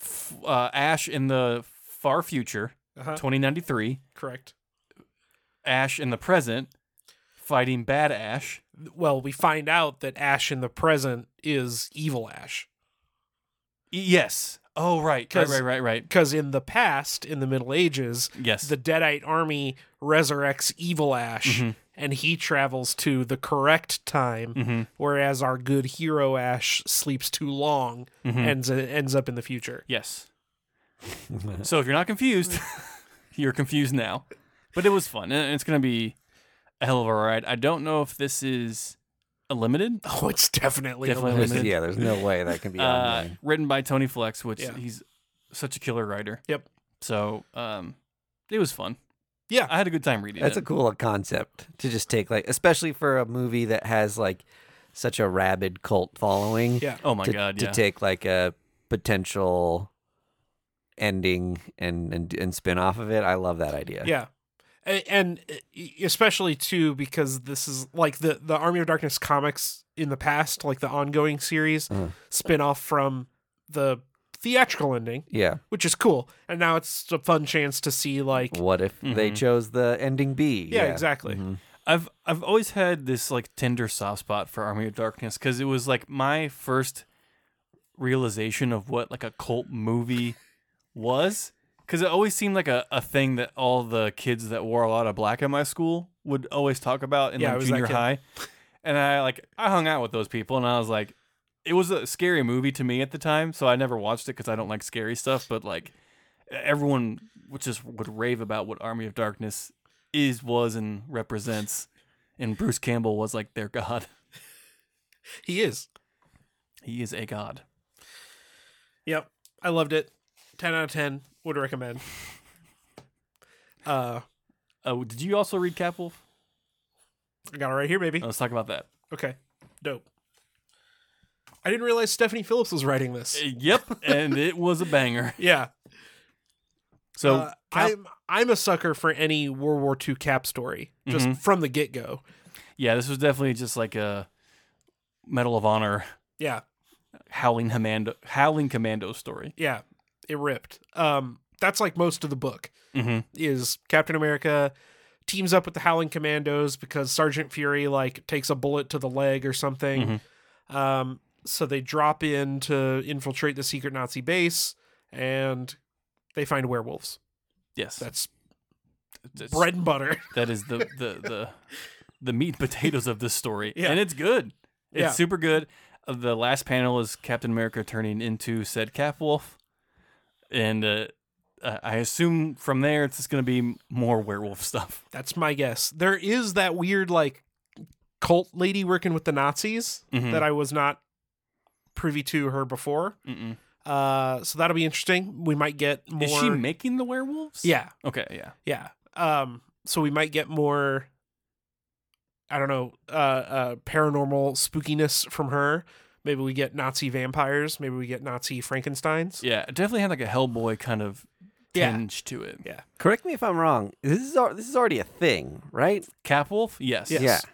S2: f- uh, Ash in the far future,
S3: Uh-huh.
S2: 2093.
S3: correct
S2: Ash in the present, fighting bad Ash.
S3: well we find out that ash in the present is evil ash
S2: Y- E, yes. Oh right, right,
S3: 'Cause-
S2: right, right, right.
S3: because in the past in the middle ages
S2: Yes.
S3: the deadite army resurrects evil ash
S2: Mhm.
S3: and he travels to the correct time
S2: Mhm.
S3: whereas our good hero ash sleeps too long
S2: Mm-hmm.
S3: and ends up in the future
S2: Yes. so if you're not confused, you're confused now. But it was fun, and it's gonna be a hell of a ride. I don't know if this is a limited,
S3: oh it's definitely,
S2: Definitely
S3: definitely
S2: limited.
S1: yeah there's no way that can be
S2: uh,
S1: online
S2: written by Tony Flex, which
S3: Yeah.
S2: he's such a killer writer.
S3: Yep.
S2: So um, it was fun.
S3: Yeah.
S2: I had a good time reading.
S1: That's
S2: it.
S1: a cool concept to just take, like, especially for a movie that has like such a rabid cult following.
S3: yeah
S2: oh my
S1: to,
S2: god,
S1: to
S2: yeah.
S1: take like a potential ending and and and spin off of it. I love that idea.
S3: yeah A- and uh, especially too because this is like the the army of darkness comics in the past like the ongoing series
S2: Uh-huh.
S1: Uh.
S3: spin off from the theatrical ending
S1: Yeah.
S3: which is cool and now it's a fun chance to see like
S1: What if
S2: mm-hmm.
S1: they chose the ending B?
S3: yeah, exactly
S2: I've I've always had this like tender soft spot for Army of Darkness because it was like my first realization of what like a cult movie was because it always seemed like a, a thing that all the kids that wore a lot of black in my school would always talk about in
S3: Yeah, I
S2: like
S3: was that
S2: junior
S3: kid.
S2: high and i like i hung out with those people and i was like it was a scary movie to me at the time so i never watched it because i don't like scary stuff but like everyone would just would rave about what army of darkness is was and represents and bruce campbell was like their god
S3: He is.
S2: he is a god
S3: Yep. I loved it. 10 out of 10. Would recommend. Uh,
S2: uh, did you also read cat wolf
S3: I got it right here, baby.
S2: let's talk about that
S3: Okay. Dope. I didn't realize Stephanie Phillips was writing this.
S2: Uh, Yep, and it was a banger.
S3: Yeah.
S2: So
S3: Uh,
S2: Cap-
S3: I'm I'm a sucker for any World War II cap story, just
S2: Mhm.
S3: from the get go.
S2: yeah, this was definitely just like a Medal of Honor
S3: Yeah,
S2: howling commando howling commando story.
S3: yeah, it ripped. Um, that's like most of the book
S2: Mm-hmm.
S3: is Captain America teams up with the Howling Commandos because Sergeant Fury like takes a bullet to the leg or something.
S2: Mm-hmm.
S3: Um, so they drop in to infiltrate the secret Nazi base, and they find werewolves.
S2: Yes,
S3: That's
S2: That's-
S3: bread and butter.
S2: That is the the the the meat and potatoes of this story,
S3: Yeah.
S2: and it's good. It's
S3: Yeah.
S2: super good. Uh, The last panel is Captain America turning into said Cap Wolf, and uh, I I assume from there it's just going to be more werewolf stuff.
S3: That's my guess. There is that weird like cult lady working with the Nazis
S2: Mhm.
S3: that I was not privy to her before.
S2: Mm-mm.
S3: Uh, so that'll be interesting. We might get more.
S2: Is she making the werewolves?
S3: yeah,
S2: Okay. Yeah.
S3: yeah. Um, so we might get more. I don't know. Uh, uh, paranormal spookiness from her. Maybe we get Nazi vampires. Maybe we get Nazi Frankenstein's.
S2: Yeah, it definitely had like a Hellboy kind of
S3: Yeah.
S2: tinge to it.
S3: Yeah.
S1: Correct me if I'm wrong. This is al- this is already a thing, right?
S2: Capwolf, yes,
S3: Yes.
S1: Yeah. Oh,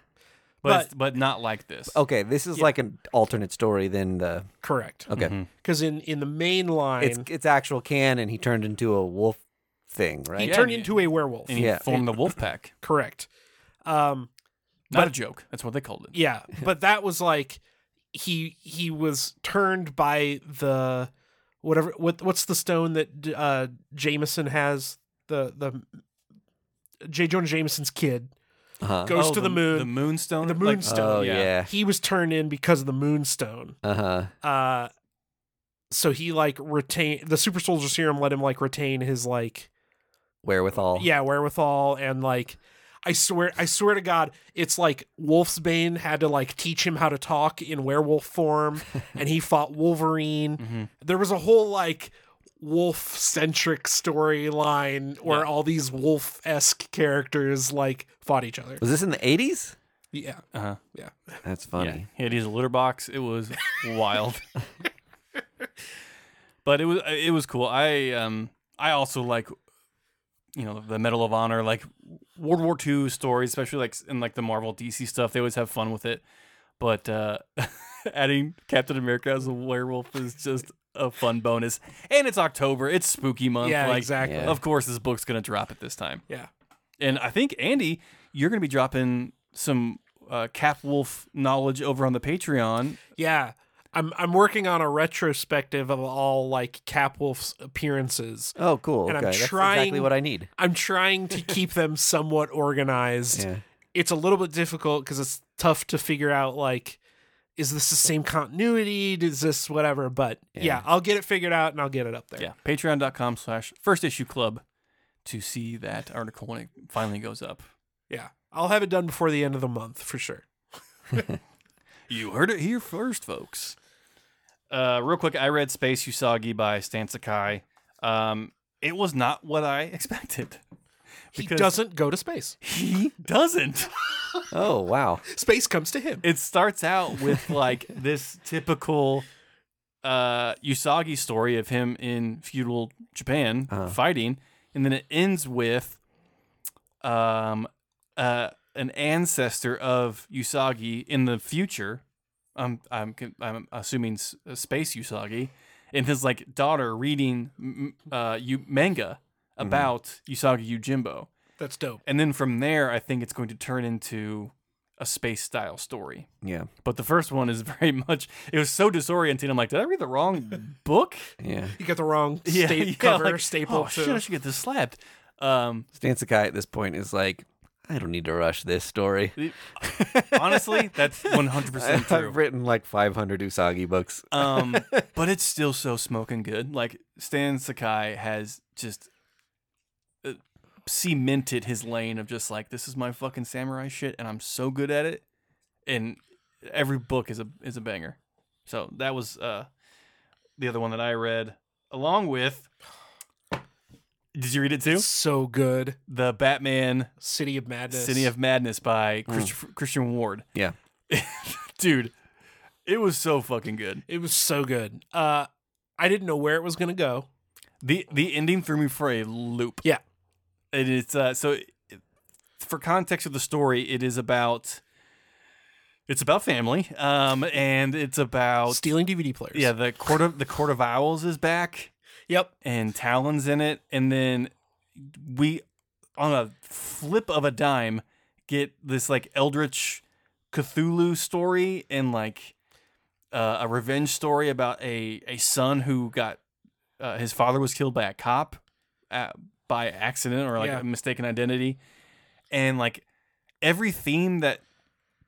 S2: but it's- but not like this.
S1: Okay, this is
S3: Yeah.
S1: like an alternate story than the
S3: Correct.
S1: Okay.
S2: Mhm.
S3: Because in in the main line,
S1: It's it's actual canon. He turned into a wolf thing,
S3: he
S1: right?
S2: Yeah.
S3: turned into a werewolf.
S2: and he
S1: Yeah.
S2: formed the wolf pack.
S3: Correct. Um,
S2: Not
S3: But-
S2: a joke. That's what they called it.
S3: Yeah, but that was like he he was turned by the whatever what what's the stone that uh Jameson has the the J Jonah Jameson's kid
S1: Uh-huh.
S3: goes
S2: Oh,
S3: to the, moon.
S2: the moonstone,
S3: The
S2: like-
S3: moonstone.
S1: Oh
S2: yeah.
S1: yeah.
S3: he was turned in because of the moonstone.
S1: Uh huh.
S3: Uh so he like retain the super soldier serum let him like retain his like
S1: Wherewithal.
S3: yeah wherewithal and like i swear i swear to god it's like wolfsbane had to like teach him how to talk in werewolf form and he fought wolverine
S1: Mm-hmm.
S2: Mhm.
S3: there was a whole like wolf centric storyline where
S2: Yeah.
S3: all these wolf esque characters like fought each other
S1: Was this in the eighties?
S3: yeah
S2: Uh-huh.
S1: That's
S2: Yeah.
S1: funny.
S2: He had his litter box. It was wild. but it was it was cool. I um I also like you know the Medal of Honor like World War II stories, especially like in like the Marvel DC stuff. They always have fun with it. But uh adding Captain America as a werewolf is just a fun bonus. And it's October. It's spooky month.
S3: yeah
S2: like
S3: exactly
S1: Yeah.
S2: of course this book's going to drop at this time.
S3: yeah
S2: And I think Andy, you're going to be dropping some uh, Cap Wolf knowledge over on the Patreon.
S3: yeah i'm i'm working on a retrospective of all like capwolf's appearances
S1: Oh, cool.
S3: And I'm
S1: okay, that's exactly
S3: trying-
S1: what I need.
S3: i'm trying to keep them somewhat organized
S1: Yeah.
S3: it's a little bit difficult because it's tough to figure out like is this the same continuity is this whatever but yeah.
S1: Yeah.
S3: i'll get it figured out and i'll get it up there
S2: Yeah, patreon.com slash first issue club to see that article when it finally goes up.
S3: Yeah. i'll have it done before the end of the month for sure
S2: You heard it here first, folks. Uh, real quick, I read Space Usagi by Stan Sakai. Um, it was not what I expected.
S3: he
S2: Because-
S3: doesn't go to space
S2: He doesn't.
S1: Oh wow.
S3: space comes to him
S2: it starts out with like this typical uh Usagi story of him in feudal Japan
S1: Uh-huh.
S2: fighting and then it ends with um uh an ancestor of Usagi in the future I'm I'm con- I'm assuming s- uh, space Usagi and his like daughter reading m- m- uh you manga about Usagi Yujimbo
S3: that's dope
S2: and then from there I think it's going to turn into a space style story.
S1: Yeah.
S2: But the first one is very much it was so disorienting. I'm like, did I read the wrong book?
S1: Yeah.
S3: You got the wrong sta-
S2: yeah,
S3: cover
S2: like,
S3: staple.
S2: Oh
S3: to-
S2: shit, I should get this slapped. Um,
S1: Stan Sakai at this point is like, I don't need to rush this story.
S2: honestly, that's 100 percent
S1: I've
S2: true.
S1: written like 500 Usagi books.
S2: Um, but it's still so smoking good. Like Stan Sakai has just uh, cemented his lane of just like this is my fucking samurai shit, and I'm so good at it. And every book is a is a banger. So that was uh, the other one that I read along with. Did you read it too?
S3: so good.
S2: The Batman
S3: City of Madness.
S2: City of Madness by Christopher Christian Ward.
S1: Yeah.
S2: Dude, it was so fucking good.
S3: It was so good. Uh, I didn't know where it was gonna go.
S2: The the ending threw me for a loop.
S3: Yeah.
S2: It is uh, so it- for context of the story, it is about it's about family. Um and Oh, it's about
S3: Stealing DVD players.
S2: yeah, the court of the court of owls is back.
S3: Yep.
S2: and Talon's in it, and then we, on a flip of a dime, get this like Eldritch Cthulhu story and like uh, a revenge story about a a son who got uh, his father was killed by a cop uh, by accident or like
S3: Yeah.
S2: a mistaken identity, and like every theme that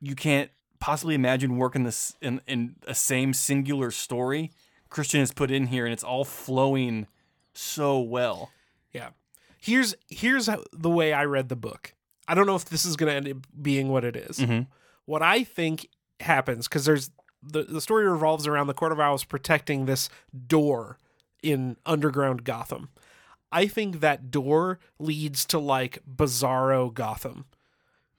S2: you can't possibly imagine working this in in a same singular story. Christian has put in here, and it's all flowing so well.
S3: Yeah. Here's here's how, the way I read the book. I don't know if this is going to end up being what it is.
S2: Mhm.
S3: What I think happens because there's the the story revolves around the Court of Owls protecting this door in underground Gotham. I think that door leads to like Bizarro Gotham,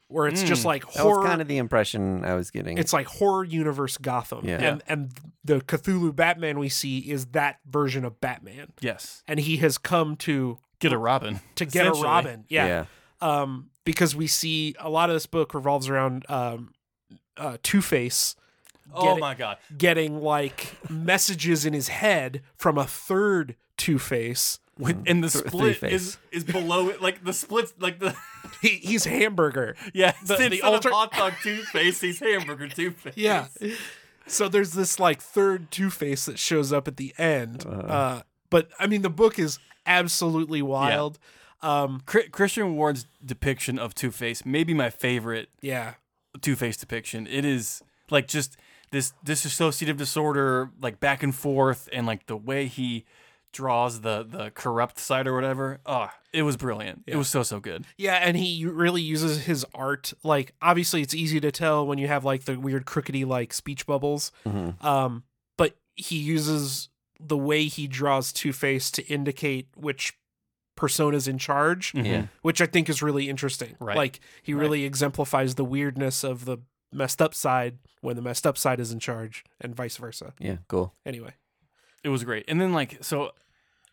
S3: where it's just like
S1: That was
S3: horror.
S1: kind of the impression I was getting.
S3: it's like horror universe Gotham,
S1: Yeah.
S3: and and the Cthulhu Batman we see is that version of Batman,
S2: Yes,
S3: and he has come to
S2: get a Robin
S3: to get a
S2: Essentially.
S3: Robin.
S1: yeah.
S3: Yeah. Um, because we see a lot of this book revolves around um, uh, Two Face
S2: Oh
S3: it.
S2: my god,
S3: getting like messages in his head from a third Two Face.
S2: With, and the
S1: Th-
S2: split is
S1: Three-Face.
S2: is below it. Like the splits, like the
S3: He, he's hamburger.
S2: yeah, the,
S3: the alter-
S2: hot dog two face. He's hamburger two face.
S3: Yeah. So there's this like third Two Face that shows up at the end. Uh, but I mean, the book is absolutely wild. Um,
S2: Cri- Christian Ward's depiction of Two Face may be my favorite
S3: yeah.
S2: Two Face depiction. It is like just this dissociative disorder, like back and forth, and like the way he draws the the corrupt side or whatever. Oh, it was brilliant. It was so so good.
S3: Yeah, and he u- really uses his art. Like, obviously, it's easy to tell when you have like the weird crickety like speech bubbles.
S1: Mm-hmm.
S3: Um, but he uses the way he draws Two Face to indicate which persona's in charge,
S1: Yeah.
S3: which I think is really interesting.
S2: Mm. Right.
S3: Like, he really exemplifies the weirdness of the messed up side when the messed up side is in charge, and vice versa.
S1: Yeah. Cool.
S3: Anyway,
S2: It was great. And then like so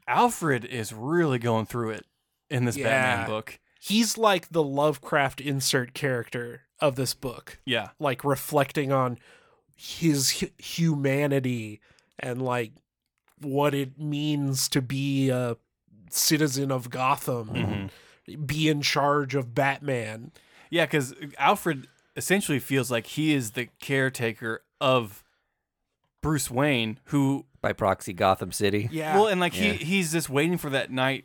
S2: Alfred is really going through it in this
S3: Yeah.
S2: Batman book.
S3: he's like the Lovecraft insert character of this book.
S2: Yeah.
S3: like reflecting on his hu- humanity and like what it means to be a citizen of Gotham
S2: Mm-hmm.
S3: and be in charge of Batman.
S2: Yeah, cuz Alfred essentially feels like he is the caretaker of Bruce Wayne who
S1: By proxy, Gotham City.
S3: Yeah.
S2: well and like
S1: Yeah.
S2: he he's just waiting for that night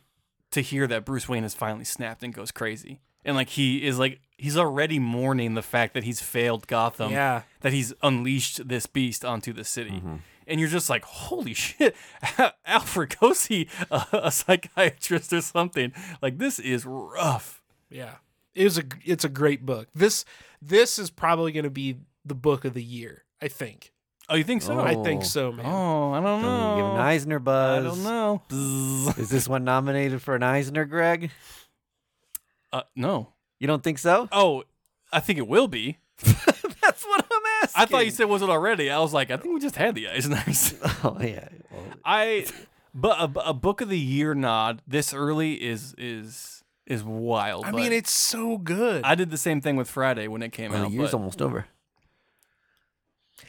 S2: to hear that Bruce Wayne has finally snapped and goes crazy. And like he is like he's already mourning the fact that he's failed Gotham.
S3: yeah.
S2: that he's unleashed this beast onto the city. And you're just like, holy shit, Alfred, go see a, a psychiatrist or something. Like, this is rough.
S3: Yeah. It was a g- it's a great book. This this is probably going to be the book of the year, I think.
S2: Oh, you think so?
S1: Oh.
S2: I-
S3: I think so, man.
S2: Oh, I don't
S1: Mm, Give an
S2: know.
S1: Eisner buzz.
S2: I don't know.
S1: Is this one nominated for an Eisner, Greg?
S2: Uh, no.
S1: You don't think so?
S2: Oh, I think it will be.
S1: That's what I'm asking.
S2: I thought you said was it already. I was like, I think we just had the Eisners.
S1: Oh yeah. Well,
S2: I, but a, a book of the year nod this early is is is wild.
S3: I
S2: but
S3: mean, it's so good.
S2: I did the same thing with Friday when it came
S1: well,
S2: out.
S1: the year's
S2: but-
S1: almost over.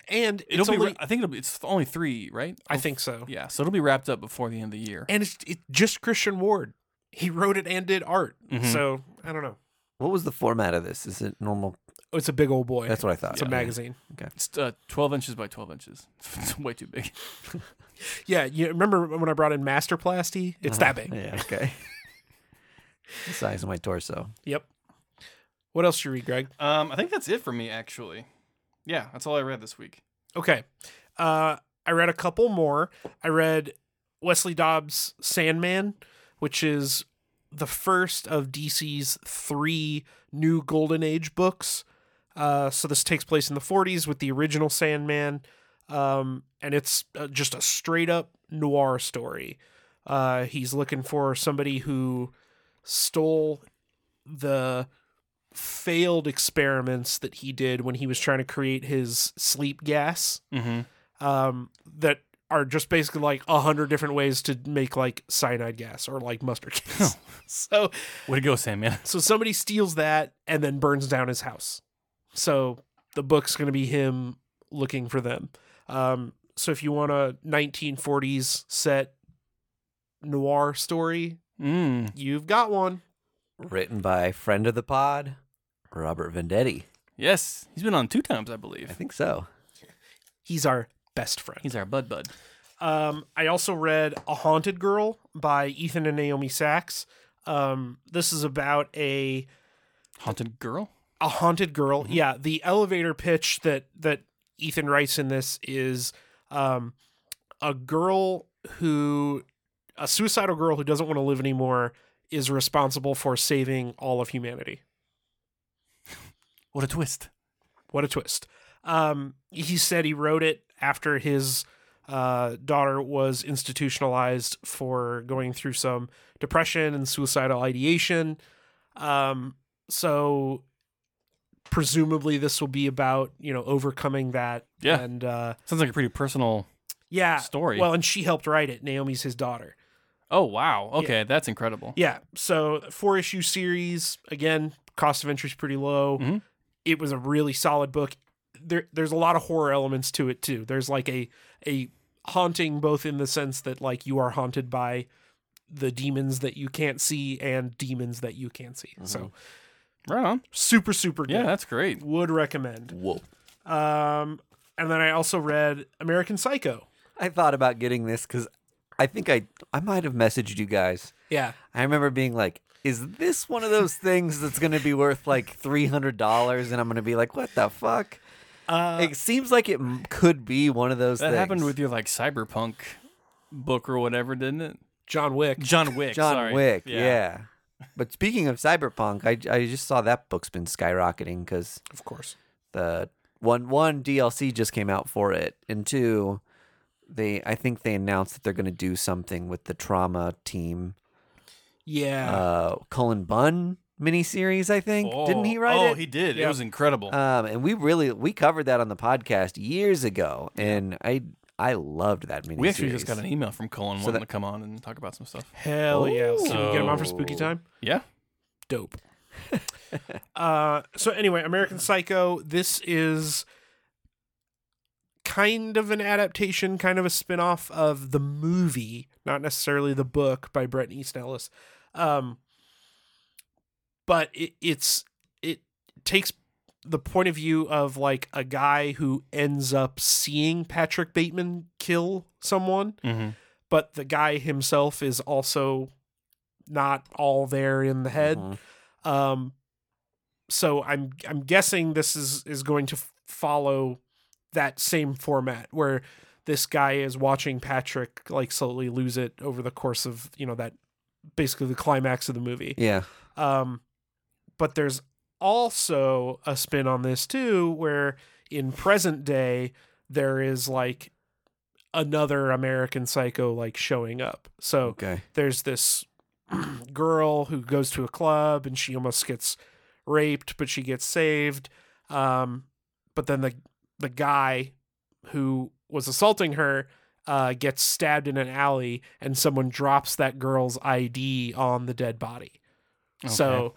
S3: and
S2: It'll
S3: it's
S2: be.
S3: only,
S2: ra- I think it'll be. It's only three, right? Oh,
S3: I think so.
S2: Yeah, so it'll be wrapped up before the end of the year.
S3: And it's it, just Christian Ward. He wrote it and did art.
S2: Mhm.
S3: So, I don't know.
S1: What was the format of this? Is it normal
S3: Oh, it's a big old boy.
S1: That's what I thought.
S3: It's a magazine.
S2: It's uh, 12 inches by 12 inches. It's way too big.
S3: Yeah, you remember when I brought in Masterplasty? It's that big.
S1: Uh-huh. Yeah, okay. the size of my torso.
S3: Yep. What else you read, Greg?
S2: Um, I think that's it for me, actually. Yeah, that's all I read this week.
S3: Okay. Uh, I read a couple more. I read Wesley Dobbs' Sandman, which is the first of DC's three new Golden Age books. Uh, so this takes place in the 40s with the original Sandman. Um, and it's uh, just a straight up noir story. Uh, he's looking for somebody who stole the failed experiments that he did when he was trying to create his sleep gas
S2: Mm-hmm.
S3: um, that are just basically like a hundred different ways to make like cyanide gas or like mustard gas. so
S2: Way to go, Sam, man.
S3: so somebody steals that and then burns down his house. So the book's going to be him looking for them. Um, so if you want a 1940s set noir story,
S2: Mm.
S3: you've got one.
S1: Written by friend of the pod, Robert Vendetti.
S2: Yes, he's been on two times, I
S1: I
S2: believe.
S1: think so.
S3: He's our best friend.
S2: He's our bud bud.
S3: Um, I also read A Haunted Girl by Ethan and Naomi Sachs. Um, this is about a
S2: Haunted girl?
S3: a haunted girl. Yeah, the elevator pitch that that Ethan writes in this is um, a girl who a suicidal girl who doesn't want to live anymore is responsible for saving all of humanity.
S2: What a twist.
S3: What a twist. Um, he said he wrote it after his uh, daughter was institutionalized for going through some depression and suicidal ideation. Um, so presumably this will be about, you know, overcoming that.
S2: Yeah.
S3: And uh,
S2: Sounds like a pretty personal
S3: yeah.
S2: story.
S3: Well, and she helped write it. Naomi's his daughter.
S2: oh, wow. Okay, that's incredible.
S3: Yeah. So four issue series again. Cost of entry is pretty low.
S2: Mhm.
S3: It was a really solid book. There, there's a lot of horror elements to it too. There's like a a haunting, both in the sense that like you are haunted by the demons that you can't see and demons that you can see. So
S2: Right on.
S3: super, super good.
S2: Yeah, that's great.
S3: Would recommend.
S1: Whoa.
S3: Um, and then I also read American Psycho.
S1: I thought about getting this because I think I I might have messaged you guys.
S3: Yeah.
S1: I remember being like, "Is this one of those things that's going to be worth like three hundred dollars?" And I'm going to be like, "What the fuck?"
S3: Uh,
S1: It seems like it m- could be one of those.
S2: That
S1: things.
S2: happened with your like cyberpunk book or whatever, didn't it?
S3: John Wick.
S2: John Wick.
S1: John
S2: sorry.
S1: Wick. Yeah. But speaking of cyberpunk, I I just saw that book's been skyrocketing because
S3: Of course.
S1: the one one DLC just came out for it, and two, they I think they announced that they're going to do something with the trauma team.
S2: Ah.
S3: Yeah.
S1: uh, Cullen Bunn miniseries, I think. Didn't he write
S2: oh,
S1: it?
S2: he did.
S3: Yeah.
S2: It was incredible.
S1: Um, and we really we covered that on the podcast years ago, and I I loved that miniseries.
S2: we actually just got an email from Colin wanting
S1: that-
S2: to come on and talk about some stuff.
S3: Hell yeah.
S1: Ooh.
S3: Can we get him on for spooky
S1: So-
S3: time?
S2: Yeah.
S3: dope. uh, so anyway, American Psycho. This is kind of an adaptation, kind of a spin-off of the movie, not necessarily the book by Bret Easton Ellis. Um, but it, it's it takes the point of view of like a guy who ends up seeing Patrick Bateman kill someone
S2: Mm-hmm.
S3: but the guy himself is also not all there in the head.
S1: Mhm.
S3: Um, so I'm I'm guessing this is is going to f- follow that same format where this guy is watching Patrick like slowly lose it over the course of you know that basically the climax of the movie.
S1: yeah.
S3: Um, but there's also a spin on this too, where in present day there is like another American Psycho like showing up. So
S1: Okay.
S3: there's this girl who goes to a club and she almost gets raped, but she gets saved. Um, but then the the guy who was assaulting her uh, gets stabbed in an alley, and someone drops that girl's ID on the dead body. So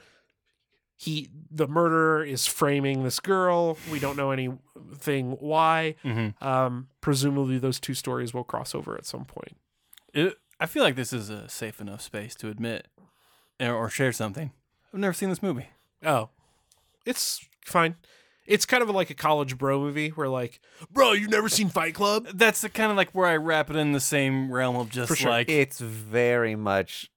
S3: he the murderer is framing this girl. We don't know anything why.
S2: mm-hmm.
S3: Um, presumably those two stories will cross over at some point.
S2: It, I feel like this is a safe enough space to admit or, or share something. I've never seen this movie.
S3: Oh. It's fine. It's kind of like a college bro movie where like, bro, you've never seen Fight Club?
S2: That's the kind of like where I wrap it in the same realm of just
S3: For sure.
S2: like
S1: It's very much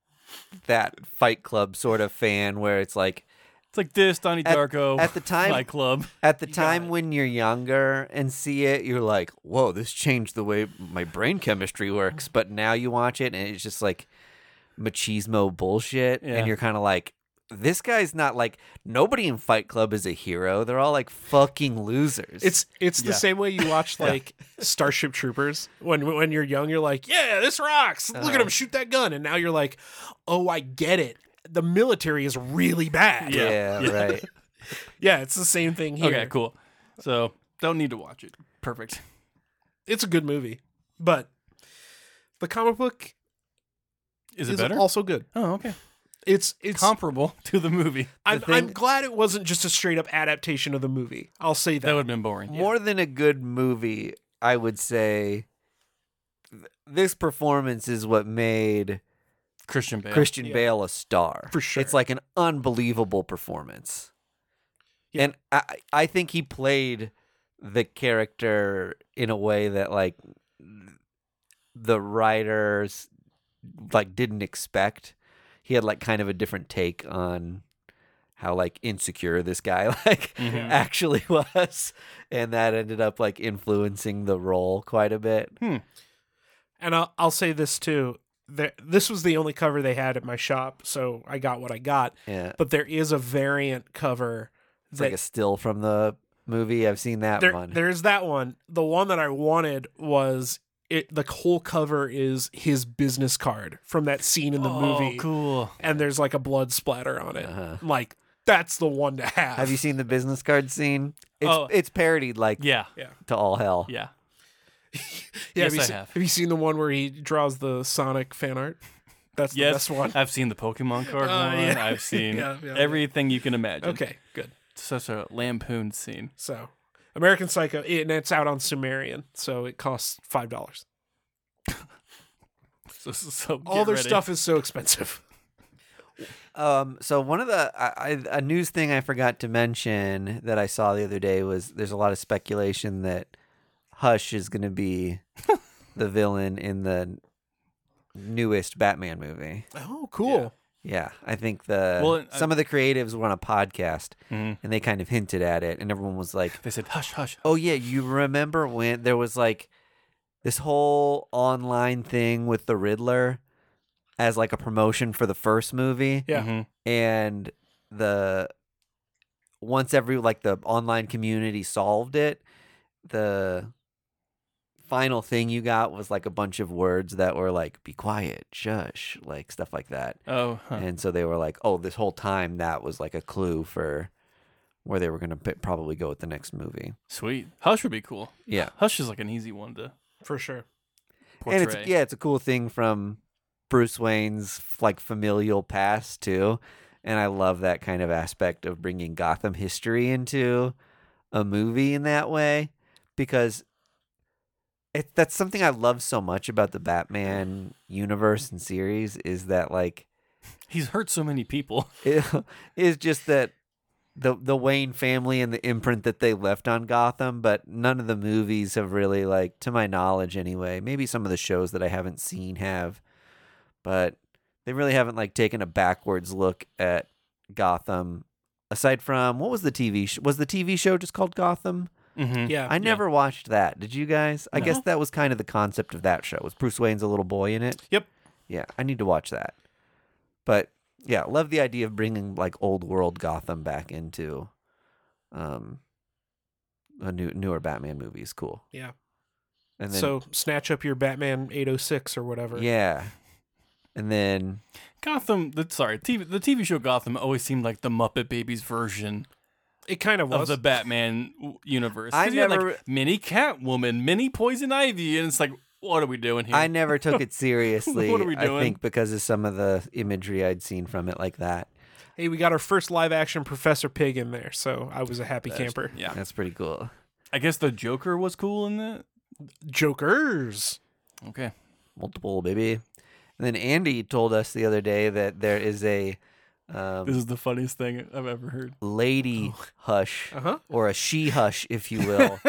S1: that Fight Club sort of fan where it's like
S2: it's like this Donnie
S1: At-
S2: Darko
S1: at the time-
S2: Fight Club.
S1: at the
S2: You got
S1: time
S2: it.
S1: when you're younger and see it, you're like, whoa, this changed the way my brain chemistry works. But now you watch it and it's just like machismo bullshit.
S2: Yeah.
S1: And you're kind of like, this guy's not like, nobody in Fight Club is a hero. They're all like fucking losers.
S3: It's it's the
S2: Yeah.
S3: same way you watch like Starship Troopers when when you're young you're like yeah this rocks look
S2: Uh-huh.
S3: at him shoot that gun and now you're like oh I get it the military is really bad
S2: Yeah.
S1: yeah,
S2: Yeah.
S1: right.
S3: Yeah, it's the same thing here
S2: Okay, cool. So don't need to watch it. Perfect.
S3: it's a good movie but the comic book
S2: Is
S3: is,
S2: it better?
S3: also good
S2: oh, okay.
S3: it's it's
S2: Comparable to the movie.
S3: I'm,
S1: thing-
S3: I'm glad it wasn't just a straight up adaptation of the movie I'll say that,
S2: That would have been boring.
S1: More than a good movie, I would say th- this performance is what made
S2: Christian Bale.
S1: Christian
S3: Yeah.
S1: Bale a star.
S3: For sure.
S1: It's like an unbelievable performance.
S3: Yeah.
S1: And I, I think he played the character in a way that like the writers like didn't expect. He had like kind of a different take on how like insecure this guy like
S3: Mm-hmm.
S2: Mhm.
S1: actually was and that ended up like influencing the role quite a bit.
S3: Hmm. and I'll, I'll say this too there, this was the only cover they had at my shop so I got what I got
S1: Yeah.
S3: but there is a variant cover
S1: It's
S3: that
S1: like a still from the movie. I've seen that
S3: there,
S1: one.
S3: there's that one. The one that I wanted was it. The whole cover is his business card from that scene in the
S2: oh,
S3: movie,
S2: cool.
S3: and there's like a blood splatter on it.
S1: Uh-huh.
S3: Like that's the one to have.
S1: Have you seen the business card scene? It's
S2: Oh.
S1: it's parodied like
S2: Yeah.
S1: to all hell.
S2: Yeah.
S3: Yeah,
S2: Yes,
S3: have, you
S2: I
S3: se-
S2: have.
S3: have you seen the one where he draws the Sonic fan art? That's the
S2: Yes.
S3: best one.
S2: I've seen the Pokemon card
S3: Oh,
S2: one.
S3: yeah.
S2: I've seen
S3: Yeah, yeah, yeah.
S2: everything you can imagine.
S3: Okay, good.
S2: Such a lampoon scene.
S3: So, American Psycho, and it's out on Sumerian, so it costs five dollars.
S2: So, so- so
S3: All
S2: get
S3: their
S2: ready.
S3: stuff is so expensive.
S1: Um. So one of the I, I, a news thing I forgot to mention that I saw the other day was there's a lot of speculation that Hush is going to be the villain in the newest Batman movie.
S3: Oh, cool.
S1: Yeah, I think the
S2: Well, and uh, I-
S1: some of the creatives were on a podcast
S2: Mhm.
S1: and they kind of hinted at it, and everyone was like,
S2: They said hush, hush.
S1: Oh yeah, you remember when there was like this whole online thing with the Riddler as like a promotion for the first movie
S3: Yeah.
S2: Mhm.
S1: and the once every like the online community solved it, the final thing you got was like a bunch of words that were like be quiet, shush, like stuff like that.
S2: Oh, huh.
S1: And so they were like, "Oh, this whole time that was like a clue for where they were going to probably go with the next movie."
S2: sweet. Hush would be cool.
S1: Yeah.
S2: Hush is like an easy one to
S3: for sure.
S2: portray.
S1: And it's yeah, it's a cool thing from Bruce Wayne's like familial past too, and I love that kind of aspect of bringing Gotham history into a movie in that way because it, that's something I love so much about the Batman universe and series is that like
S2: He's hurt so many people.
S1: it is just that the the Wayne family and the imprint that they left on Gotham, but none of the movies have really like to my knowledge anyway. Maybe some of the shows that I haven't seen have, but they really haven't like taken a backwards look at Gotham. Aside from what was the TV sh- was the TV show just called Gotham?
S2: Mhm.
S3: Yeah,
S1: I never watched that. Did you guys? I guess
S2: No.
S1: that was kind of the concept of that show. Was Bruce Wayne's a little boy in it?
S3: Yep.
S1: Yeah, I need to watch that. But yeah, love the idea of bringing like old world Gotham back into um a new newer Batman movie is cool.
S3: Yeah.
S1: And then
S3: so snatch up your Batman 806 or whatever.
S1: yeah. And then
S2: Gotham. The, sorry, TV, the TV show Gotham always seemed like the Muppet Babies version
S3: It kind of
S2: of
S3: was.
S2: the Batman w- universe. 'Cause
S1: I
S2: you had,
S1: never-
S2: like mini Catwoman, mini Poison Ivy, and it's like, what are we doing here?
S1: I never took it seriously.
S2: What are we doing?
S1: I think because of some of the imagery I'd seen from it like that.
S3: hey, we got our first live action Professor Pig in there, so I was a happy camper.
S2: yeah,
S1: That's pretty cool.
S2: I guess the Joker was cool in that.
S3: Jokers.
S2: Okay,
S1: multiple baby. And then Andy told us the other day that there is a
S2: This is the funniest thing I've ever heard.
S1: Lady Hush,
S3: Uh-huh.
S1: or a she hush, if you will,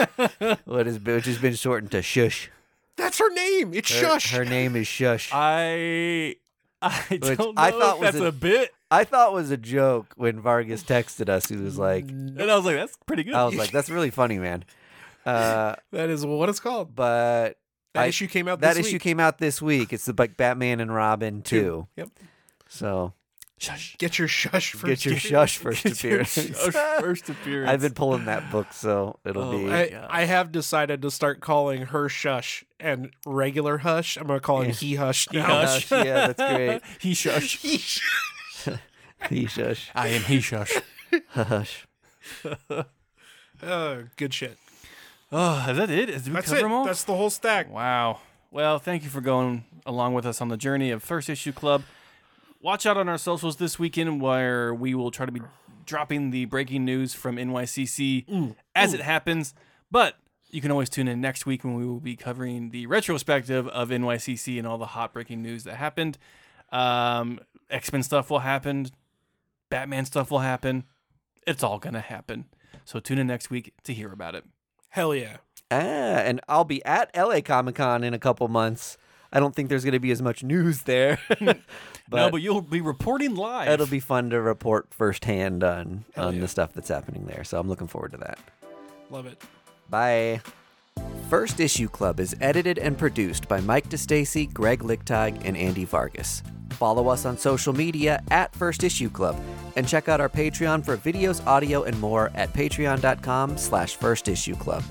S1: what is, which has been shortened to Shush.
S3: That's her name. It's
S1: Her-
S3: Shush.
S1: Her name is Shush.
S2: I I
S1: Which
S2: don't know
S1: I thought
S2: if
S1: was
S2: that's
S1: a-
S2: a, bit,
S1: I thought it was a joke when Vargas texted us. He was like,
S2: and I was like, that's pretty good.
S1: I was like, that's really funny, man. Uh,
S3: that is what it's called.
S1: but
S3: That
S1: I-
S3: issue came out.
S1: that
S3: this
S1: issue
S3: week.
S1: came out this week. It's the like Batman and Robin too.
S3: Yep.
S1: So
S2: shush.
S3: Get your Shush first.
S1: get your
S3: dude.
S1: shush first
S2: Get your
S1: appearance.
S2: shush first appearance.
S1: I've been pulling that book, so it'll
S2: Oh,
S1: be.
S2: my
S3: I,
S2: God.
S3: I have decided to start calling her Shush and regular Hush. I'm gonna call him
S1: Yeah.
S3: He Hush
S2: He
S3: now.
S1: Hush, yeah, that's great.
S2: he shush.
S1: He
S3: He Shush.
S1: shush,
S2: I am he shush.
S1: hush.
S3: Oh, good shit.
S2: Oh, is that it? Is, did we
S3: That's
S2: cover
S3: it.
S2: them all?
S3: That's the whole stack.
S2: Wow. Well, thank you for going along with us on the journey of First Issue Club. Watch out on our socials this weekend where we will try to be dropping the breaking news from NYCC as it happens. But you can always tune in next week when we will be covering the retrospective of NYCC and all the hot breaking news that happened. Um, X Men stuff will happen, Batman stuff will happen. It's all going to happen. So tune in next week to hear about it.
S3: Hell yeah.
S1: Ah, and I'll be at LA Comic Con in a couple months. I don't think there's going to be as much news there, but,
S2: Hmm. no, but you'll be reporting live.
S1: it'll be fun to report firsthand on on
S3: yeah.
S1: the stuff that's happening there. So I'm looking forward to that.
S3: Love it.
S1: Bye. First Issue Club is edited and produced by Mike DeStacy, Greg Lichtag, and Andy Vargas. Follow us on social media at First Issue Club and check out our Patreon for videos, audio, and more at patreon.com slash first issue club.